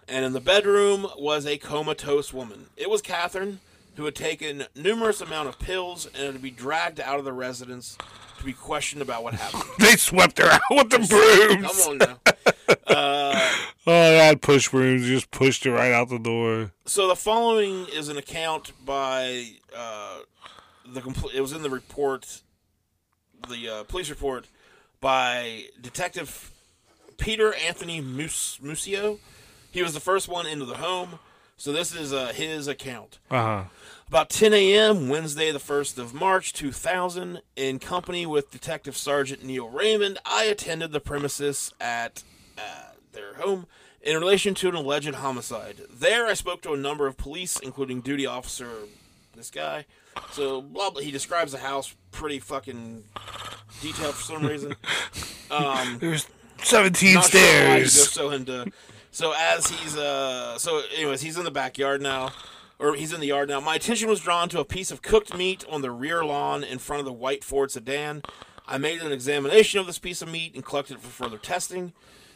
C: and in the bedroom was a comatose woman. It was Catherine, who had taken numerous amount of pills and had to be dragged out of the residence to be questioned about what happened.
D: They swept her out with the
C: Come
D: brooms.
C: on now.
D: Oh, that push brooms just pushed her right out the door.
C: So the following is an account by uh, the complete. It was in the report, the uh, police report by Detective Peter Anthony Mus- Musio. He was the first one into the home, so this is uh, his account.
D: Uh huh.
C: About 10 a.m. Wednesday, the 1st of March, 2000, in company with Detective Sergeant Neil Raymond, I attended the premises at uh, their home in relation to an alleged homicide. There, I spoke to a number of police, including duty officer, this guy. So, blah blah. He describes the house pretty fucking detailed for some reason. Um,
D: There's 17
C: not sure why he goes
D: stairs.
C: so into. So as he's uh, so anyways, he's in the backyard now, or he's in the yard now. My attention was drawn to a piece of cooked meat on the rear lawn in front of the white Ford sedan. I made an examination of this piece of meat and collected it for further testing.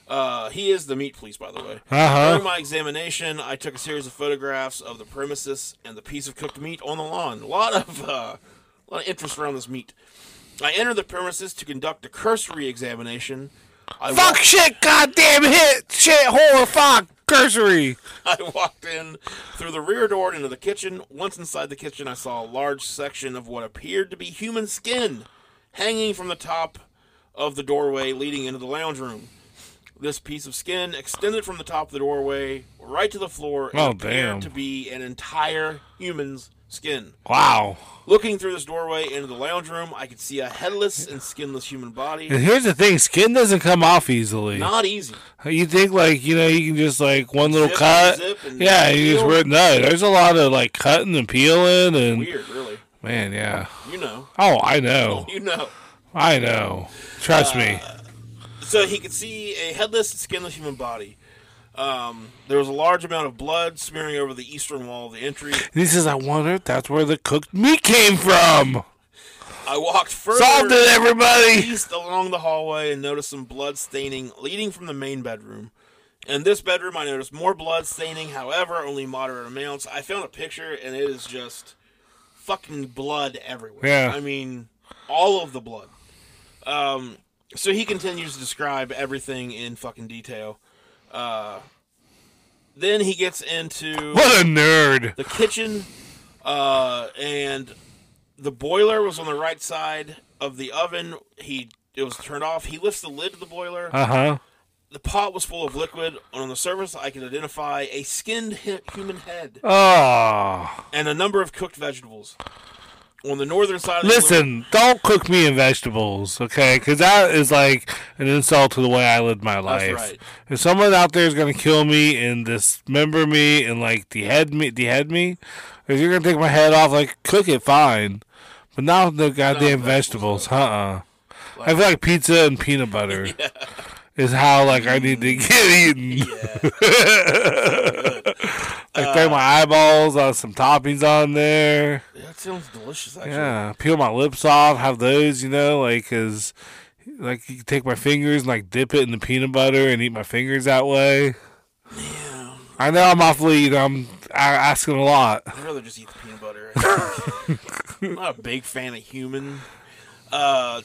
C: Uh, he is the meat police, by the way.
D: Uh-huh.
C: During my examination, I took a series of photographs of the premises and the piece of cooked meat on the lawn. A lot of uh, a lot of interest around this meat. I entered the premises to conduct a cursory examination. I
D: Fuck shit, goddamn hit, shit, whore, fuck, cursory.
C: I walked in through the rear door and into the kitchen. Once inside the kitchen, I saw a large section of what appeared to be human skin hanging from the top of the doorway leading into the lounge room. This piece of skin extended from the top of the doorway right to the floor and
D: Oh,
C: appeared
D: damn.
C: to be an entire human's skin.
D: Wow.
C: Looking through this doorway into the lounge room, I could see a headless and skinless human body.
D: And here's the thing, skin doesn't come off easily.
C: Not easy.
D: You think like you know you can just like one little
C: Zip and
D: cut,
C: zip and
D: yeah. You just
C: peel.
D: wear no. There's a lot of like cutting and peeling and
C: Weird, really.
D: man, yeah.
C: You know.
D: Oh, I know,
C: You know.
D: I know. Trust me.
C: Uh. So he could see a headless, skinless human body. Um, there was a large amount of blood smearing over the eastern wall of the entry.
D: And he says, "I wonder if that's where the cooked meat came from."
C: I walked
D: Solved
C: further
D: it, everybody.
C: east along the hallway and noticed some blood staining leading from the main bedroom. In this bedroom, I noticed more blood staining, however, only moderate amounts. I found a picture, and it is just fucking blood everywhere.
D: Yeah.
C: I mean, all of the blood. Um, so he continues to describe everything in fucking detail. Uh, then he gets into
D: What a nerd.
C: the kitchen, uh, and the boiler was on the right side of the oven. He it was turned off. He lifts the lid to the boiler.
D: Uh huh.
C: the pot was full of liquid, and on the surface, I could identify a skinned he- human head
D: Oh,
C: and a number of cooked vegetables. On the northern side, of the boiler-
D: listen! Don't cook me in vegetables, okay? Because that is like an insult to the way I lived my life.
C: right.
D: If someone out there is gonna kill me and dismember me and like dehead me, dehead me, if you're gonna take my head off, like cook it fine, but not with no goddamn
C: vegetables,
D: vegetables, uh uh I feel like pizza and peanut butter is how like I need to get eaten. like throw my eyeballs on some toppings on there.
C: that sounds delicious. Actually,
D: Yeah, peel my lips off, have those, you know, like 'cause like you can take my fingers and like dip it in the peanut butter and eat my fingers that way. I know I'm off lead. I'm I- asking a lot.
C: I'd rather just eat the peanut butter. I'm not a big fan of human. Uh,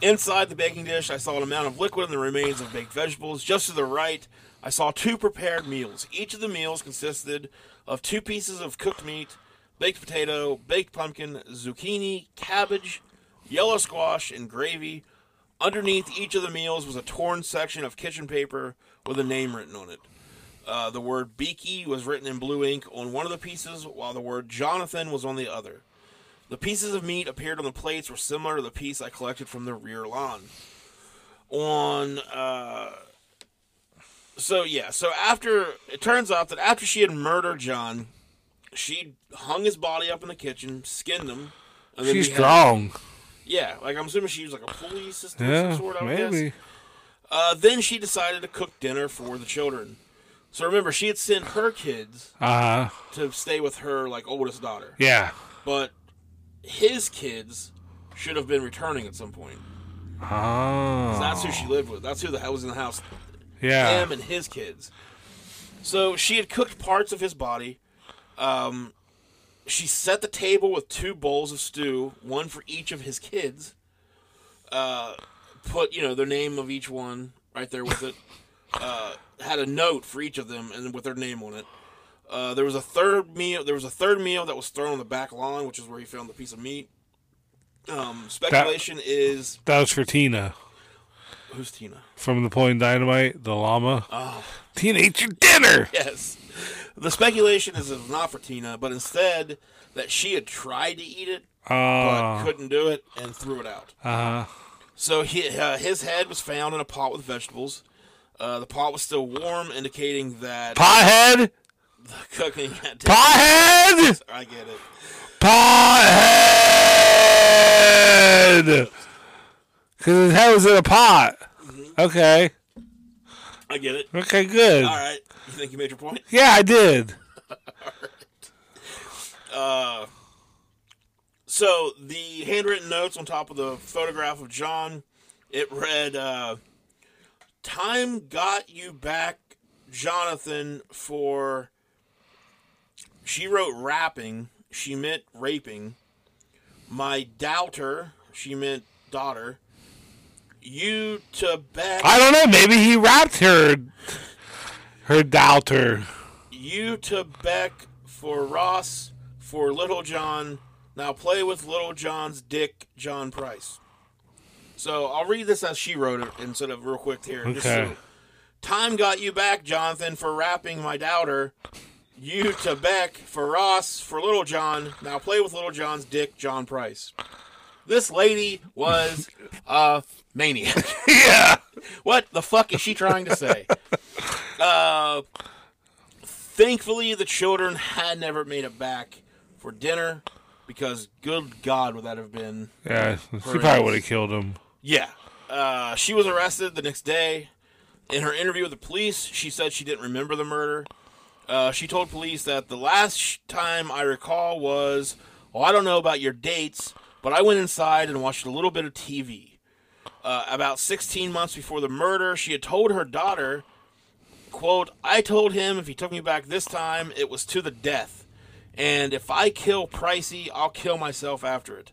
C: inside the baking dish, I saw an amount of liquid and the remains of baked vegetables. Just to the right, I saw two prepared meals. Each of the meals consisted of two pieces of cooked meat, baked potato, baked pumpkin, zucchini, cabbage, yellow squash, and gravy. Underneath each of the meals was a torn section of kitchen paper with a name written on it. Uh, the word Beaky was written in blue ink on one of the pieces, while the word Jonathan was on the other. The pieces of meat appeared on the plates were similar to the piece I collected from the rear lawn. On, uh, so yeah, so after it turns out that after she had murdered John, she hung his body up in the kitchen, skinned him. And beheaded
D: She's
C: him.
D: strong.
C: Yeah, like I'm assuming she was like a police system of
D: Yeah,
C: some sort. I would guess.
D: maybe.
C: Uh, then she decided to cook dinner for the children. So remember, she had sent her kids
D: Uh huh.
C: to stay with her like oldest daughter,
D: Yeah.
C: but his kids should have been returning at some point.
D: Oh.
C: That's who she lived with. That's who the hell was in the house.
D: yeah.
C: Him and his kids. So she had cooked parts of his body. Um, she set the table with two bowls of stew, one for each of his kids. Uh, put you know the name of each one right there with it. Uh, had a note for each of them and with their name on it. Uh, there was a third meal. There was a third meal that was thrown on the back lawn, which is where he found the piece of meat. Um, speculation is
D: That was for Tina
C: who's Tina?
D: from the Napoleon Dynamite, the llama.
C: Oh.
D: Tina, eat your dinner.
C: Yes. The speculation is it was not for Tina, but instead that she had tried to eat it but
D: Oh.
C: couldn't do it and threw it out.
D: Uh huh.
C: So he, uh, his head was found in a pot with vegetables. Uh, the pot was still warm, indicating that
D: Pothead,
C: the cooking had taken.
D: pothead,
C: I get it.
D: pothead. Because his head was in a pot. Okay.
C: I get it.
D: Okay. Good.
C: Mm-hmm. All right. You think you made your point?
D: Yeah, I did.
C: So the handwritten notes on top of the photograph of John, it read, uh, "Time got you back, Jonathan." For she wrote rapping, she meant raping. My doubter, she meant daughter. You to bed,
D: I don't know. Maybe he wrapped her, her doubter.
C: you to Beck for Ross for Little John. Now play with Little John's dick, John Price. So I'll read this as she wrote it instead of real quick here. just
D: Okay.
C: so- Time got you back, Jonathan, for rapping my doubter. You to Beck for Ross for Little John. Now play with Little John's dick, John Price. This lady was a maniac.
D: Yeah.
C: What the fuck is she trying to say? uh, thankfully, the children had never made it back for dinner because, good God, would that have been.
D: Yeah. She probably would have killed him.
C: Yeah. Uh, she was arrested the next day. In her interview with the police, she said she didn't remember the murder. Uh, she told police that the last sh- time I recall was, well, I don't know about your dates, but I went inside and watched a little bit of TV. Uh, about 16 months before the murder, she had told her daughter, quote, I told him if he took me back this time, it was to the death. And if I kill Pricey, I'll kill myself after it.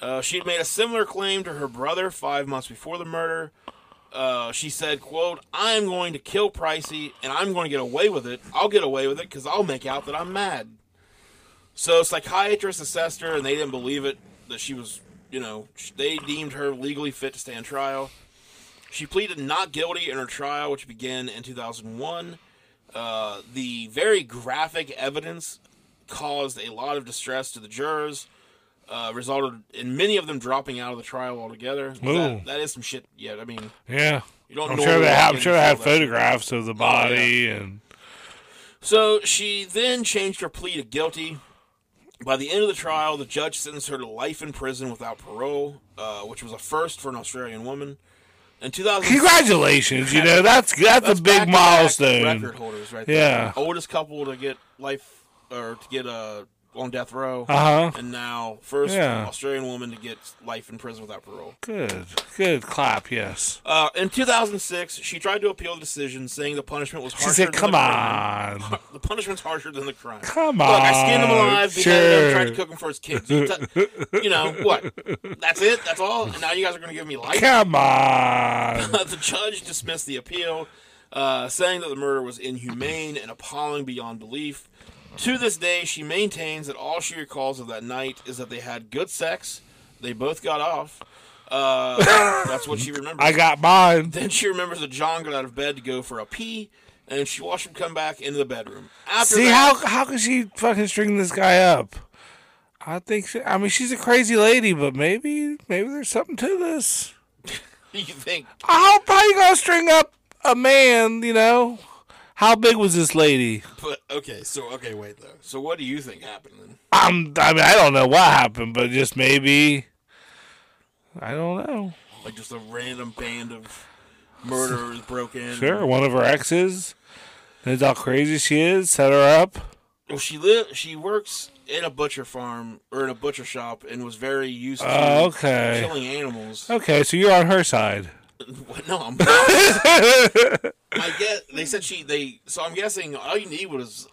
C: Uh, she had made a similar claim to her brother five months before the murder. Uh, she said, "quote I am going to kill Pricey, and I'm going to get away with it. I'll get away with it because I'll make out that I'm mad." So psychiatrists assessed her, and they didn't believe it that she was, you know, sh- they deemed her legally fit to stand trial. She pleaded not guilty in her trial, which began in 2001. Uh, the very graphic evidence caused a lot of distress to the jurors uh, resulted in many of them dropping out of the trial altogether.
D: Ooh.
C: That, that is some shit. Yeah, I mean,
D: Yeah.
C: you don't.
D: I'm
C: normally
D: sure they
C: walk
D: have.
C: in
D: I'm
C: and
D: sure they
C: feel
D: had
C: that.
D: photographs
C: Oh,
D: of the body and
C: So she then changed her plea to guilty. By the end of the trial, the judge sentenced her to life in prison without parole, uh, which was a first for an Australian woman. In 2000,
D: congratulations. You know, that's that's,
C: that's
D: a big
C: back-to-back
D: milestone.
C: Record holders, right? There.
D: Yeah.
C: Oldest couple to get life or to get uh, on death row,
D: Uh huh.
C: and now first
D: Yeah.
C: Australian woman to get life in prison without parole.
D: Good. Good clap. Yes.
C: Uh, in 2006, she tried to appeal the decision, saying the punishment was
D: She
C: harsher.
D: said,
C: than
D: "Come
C: the crime."
D: on."
C: The punishment's harsher than the crime.
D: Come
C: Look, I skinned him
D: on,
C: alive, beheaded sure. him, tried to
D: sure.
C: cook him for his kids. You, t- you know what? That's it. That's all. And now you guys are going to give me life.
D: Come on.
C: the judge dismissed the appeal, uh, saying that the murder was inhumane and appalling beyond belief. To this day, she maintains that all she recalls of that night is that they had good sex. They both got off. Uh, that's what she remembers.
D: I got mine.
C: Then she remembers that John got out of bed to go for a pee, and she watched him come back into the bedroom. After
D: See
C: that,
D: how how could she fucking string this guy up? I think she, I mean she's a crazy lady, but maybe maybe there's something to this.
C: you think?
D: How how you gonna string up a man? You know, how big was this lady?
C: But okay, so okay, wait though. So what do you think happened then?
D: I'm I mean I don't know what happened, but just maybe I don't know.
C: Like just a random band of murderers broke in.
D: Sure, one of her exes. That's how crazy she is. Set her up.
C: Well, she live. She works in a butcher farm or in a butcher shop, and was very used to
D: Oh, okay.
C: killing animals.
D: Okay, so you're on her side.
C: What? no, I'm. I guess they said she they. So I'm guessing all you need was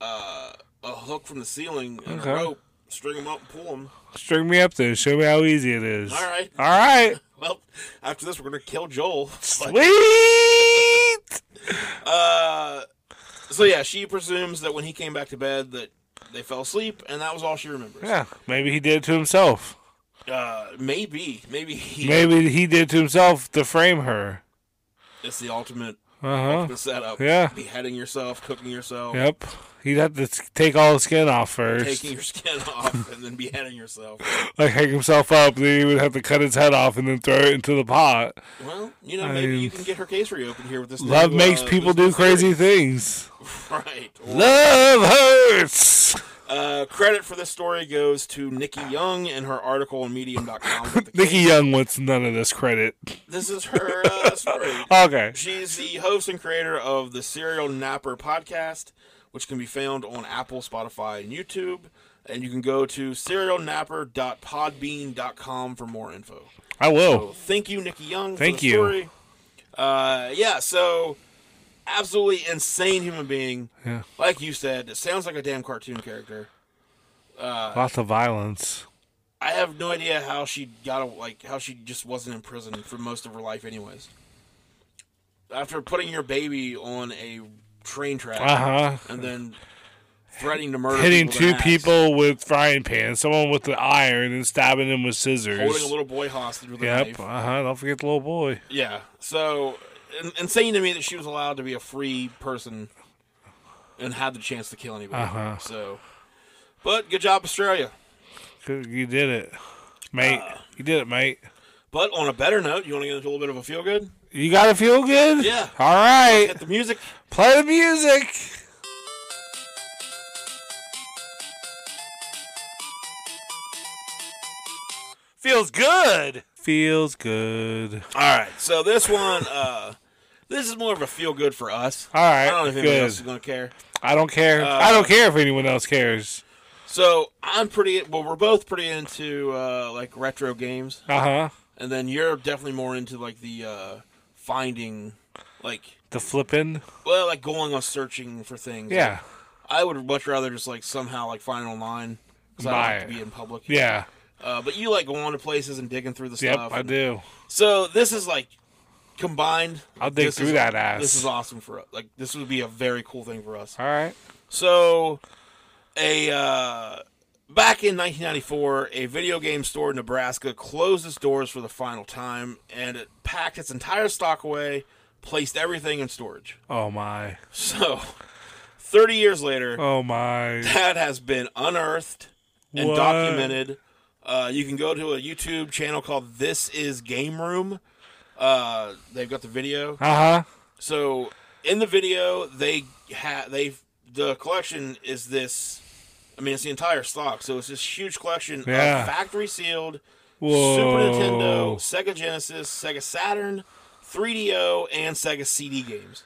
C: uh, a hook from the ceiling and
D: Okay.
C: a rope, string them up, and pull them.
D: String me up there. Show me how easy it is.
C: All right.
D: All right.
C: Well, after this, we're gonna kill Joel. But,
D: Sweet.
C: uh, so yeah, she presumes that when he came back to bed, that they fell asleep, and that was all she remembers.
D: Yeah, maybe he did it to himself.
C: Uh, maybe, maybe he
D: Maybe he did it to himself to frame her.
C: it's the ultimate
D: Uh huh.
C: the setup.
D: Yeah.
C: Beheading yourself, cooking yourself,
D: Yep. He'd have to s- take all the skin off first,
C: taking your skin off, and then beheading yourself.
D: like hang himself up. Then he would have to cut his head off and then throw it into the pot.
C: Well, you know, maybe you can get her case reopened here with this.
D: Love
C: new,
D: makes
C: uh,
D: people do
C: this new
D: crazy things.
C: theory. Right.
D: Love hurts.
C: Uh, credit for this story goes to Nikki Young and her article on Medium.com. about the
D: Nikki
C: case.
D: Young wants none of this credit.
C: This is her uh, story.
D: Okay.
C: She's the host and creator of the Serial Napper podcast, which can be found on Apple, Spotify, and YouTube. And you can go to serialnapper.podbean.com for more info.
D: I will.
C: Thank you, Nikki Young.
D: Thank
C: for the
D: you.
C: Story. Uh, yeah, so absolutely insane human being.
D: Yeah.
C: Like you said, it sounds like a damn cartoon character. Oh,
D: Lots of violence.
C: I have no idea how she got a, like how she just wasn't in prison for most of her life, anyways. After putting your baby on a train track
D: Uh huh.
C: and then threatening to murder,
D: Hitting
C: people with
D: two
C: an axe,
D: people with frying pans, someone with an iron, and stabbing him with scissors.
C: holding a little boy hostage with a
D: Yep.
C: knife.
D: Uh huh. Don't forget the little boy.
C: Yeah. So in- insane to me that she was allowed to be a free person and had the chance to kill anybody.
D: Uh-huh.
C: So, but good job, Australia.
D: You did it, mate.
C: Uh.
D: you did it, mate.
C: But on a better note, you want to get into a little bit of a feel good?
D: You gotta feel good.
C: Yeah.
D: All right.
C: Hit the music.
D: Play the music. Feels good. Feels good.
C: All right. So this one, uh, this is more of a feel good for us.
D: All right.
C: I don't know if anybody
D: good.
C: else Uh. is going to care.
D: I don't care. I don't care if anyone else cares.
C: So I'm pretty, well, we're both pretty into uh, like retro games.
D: Uh huh.
C: And then you're definitely more into like the uh, finding, like,
D: The flippin'.
C: well, like going on searching for things.
D: Yeah.
C: I would much rather just like somehow like find it online because I
D: Buy
C: don't like to
D: it.
C: be in public.
D: Yeah.
C: Uh, but you like going to places and digging through the
D: Yep.
C: stuff.
D: I do.
C: So this is like combined.
D: I'll dig
C: this
D: through
C: is-
D: that ass.
C: This is awesome for us. Like this would be a very cool thing for us.
D: All right.
C: So a uh, back in 1994, a video game store in Nebraska closed its doors for the final time, and it packed its entire stock away, placed everything in storage.
D: Oh my.
C: So 30 years later.
D: Oh my.
C: that has been unearthed and
D: What?
C: documented. Uh, you can go to a YouTube channel called This Is Game Room. Uh, they've got the video.
D: Uh huh.
C: So in the video, they ha they the collection is this. I mean, it's the entire stock. So it's this huge collection
D: Yeah.
C: of factory sealed
D: Whoa.
C: Super Nintendo, Sega Genesis, Sega Saturn, 3DO, and Sega CD games.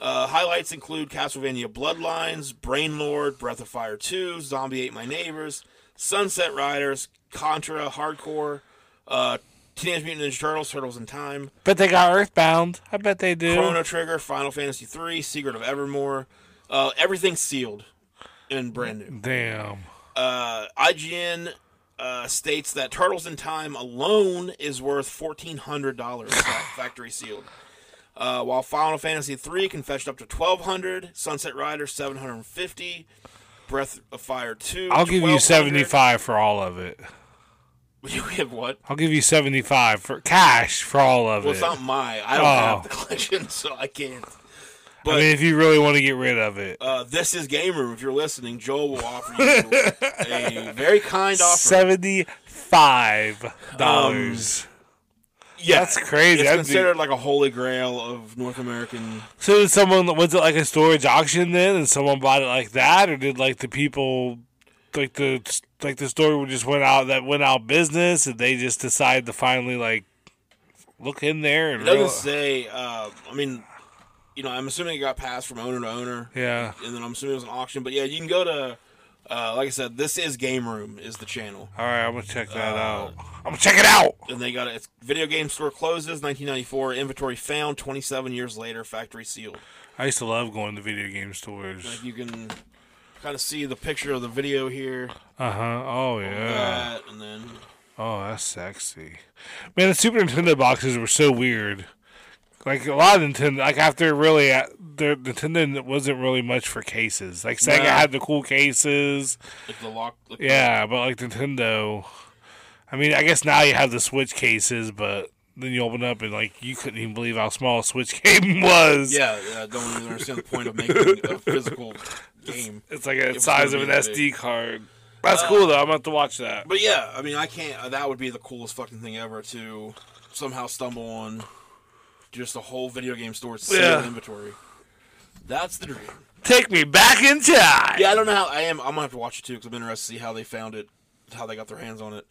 C: Uh, highlights include Castlevania Bloodlines, Brain Lord, Breath of Fire 2, Zombie Ate My Neighbors, Sunset Riders, Contra, Hardcore, uh, Teenage Mutant Ninja Turtles, Turtles in Time,
D: But they got Earthbound. I bet they do.
C: Chrono Trigger, Final Fantasy III, Secret of Evermore. Uh, everything's sealed and brand new
D: Damn.
C: uh, IGN uh, states that Turtles in Time alone is worth fourteen hundred dollars factory sealed, uh, while Final Fantasy III can fetch up to twelve hundred. Sunset Rider seven hundred fifty. Breath of Fire two.
D: I'll give you
C: 1200.
D: seventy five for all of it.
C: You have what?
D: I'll give you seventy five for cash for all of
C: Well,
D: it.
C: it's not my. I don't
D: Oh.
C: have the collection, so I can't.
D: I mean, if you really want to get rid of it,
C: Uh, this is Game Room. If you're listening, Joel will offer you a very kind offer.
D: seventy five dollars.
C: yeah,
D: that's
C: It's
D: crazy. That'd be-
C: considered like a holy grail of North American
D: so did someone was it like a storage auction then, and someone bought it like that, or did like the people, like the like the store just went out that went out business, and they just decided to finally like look in there and
C: It doesn't
D: real-
C: say. Uh, I mean, you know, I'm assuming it got passed from owner to owner,
D: yeah.
C: and then I'm assuming it was an auction. But yeah, you can go to, uh, like I said, this is Game Room is the channel,
D: All right, I'm gonna check that
C: uh,
D: out. I'm gonna check it out.
C: and they got it. Video game store closes 1994. Inventory found 27 years later. Factory sealed.
D: I used to love going to video game stores.
C: Like you can kind of see the picture of the video here,
D: Uh huh. Oh yeah.
C: that, and then
D: Oh, that's sexy. Man, the Super Nintendo boxes were so weird. Like a lot of Nintendo, like after really, uh, their Nintendo wasn't really much for cases. Like Sega
C: No.
D: had the cool cases,
C: like the lock. Like
D: yeah, but like Nintendo, I mean, I guess now you have the Switch cases, but Then you open up and like you couldn't even believe how small a Switch game was.
C: Yeah, yeah, I don't even understand the point of making a physical game.
D: It's like a
C: was
D: size of
C: gonna
D: an
C: be that
D: SD card. That's cool though. I'm about to watch that.
C: But yeah, I mean, I can't. uh, That would be the coolest fucking thing ever to somehow stumble on just a whole video game store's sale
D: Yeah.
C: inventory. That's the dream.
D: Take me back in time.
C: Yeah, I don't know how I am. I'm gonna have to watch it too because I'm interested to see how they found it, how they got their hands on it.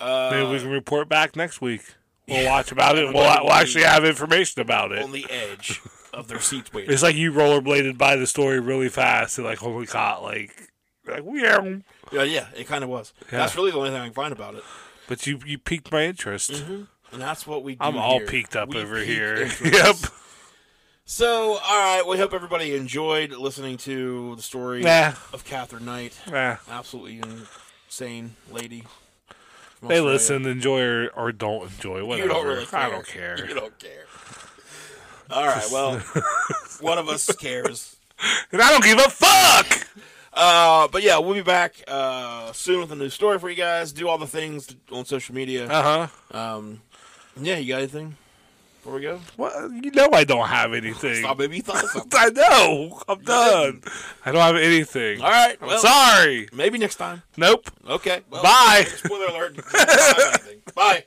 D: Maybe
C: Uh,
D: we can report back next week. We'll watch about it. We'll, we'll actually have information about it.
C: On the edge of their seat weight.
D: It's like you rollerbladed by the story really fast and like holy cow, like like yeah.
C: Yeah, yeah, it kind of was. That's really the only thing I can find about it.
D: But you you piqued my interest.
C: And that's what Mm-hmm. we do.
D: I'm all
C: here.
D: peaked up
C: We
D: over
C: peak
D: here.
C: interest.
D: yep.
C: So, all right, we hope everybody enjoyed listening to the story
D: Nah.
C: of Catherine Knight.
D: Nah.
C: Absolutely insane lady. from
D: They
C: Australia.
D: listen, enjoy or, or don't enjoy. Whatever.
C: You don't really care.
D: I don't care.
C: You don't care. All right, well, one of us cares.
D: And I don't give a fuck.
C: Uh, but yeah, we'll be back uh, soon with a new story for you guys. Do all the things on social media.
D: Uh huh.
C: Um, yeah, you got anything before we go?
D: Well, you know I don't have anything.
C: Stop, maybe you thought of something.
D: I know. I'm done. I don't have anything.
C: All right,
D: I'm
C: well,
D: sorry.
C: maybe next time.
D: Nope.
C: Okay, well,
D: Bye.
C: Spoiler alert. Bye.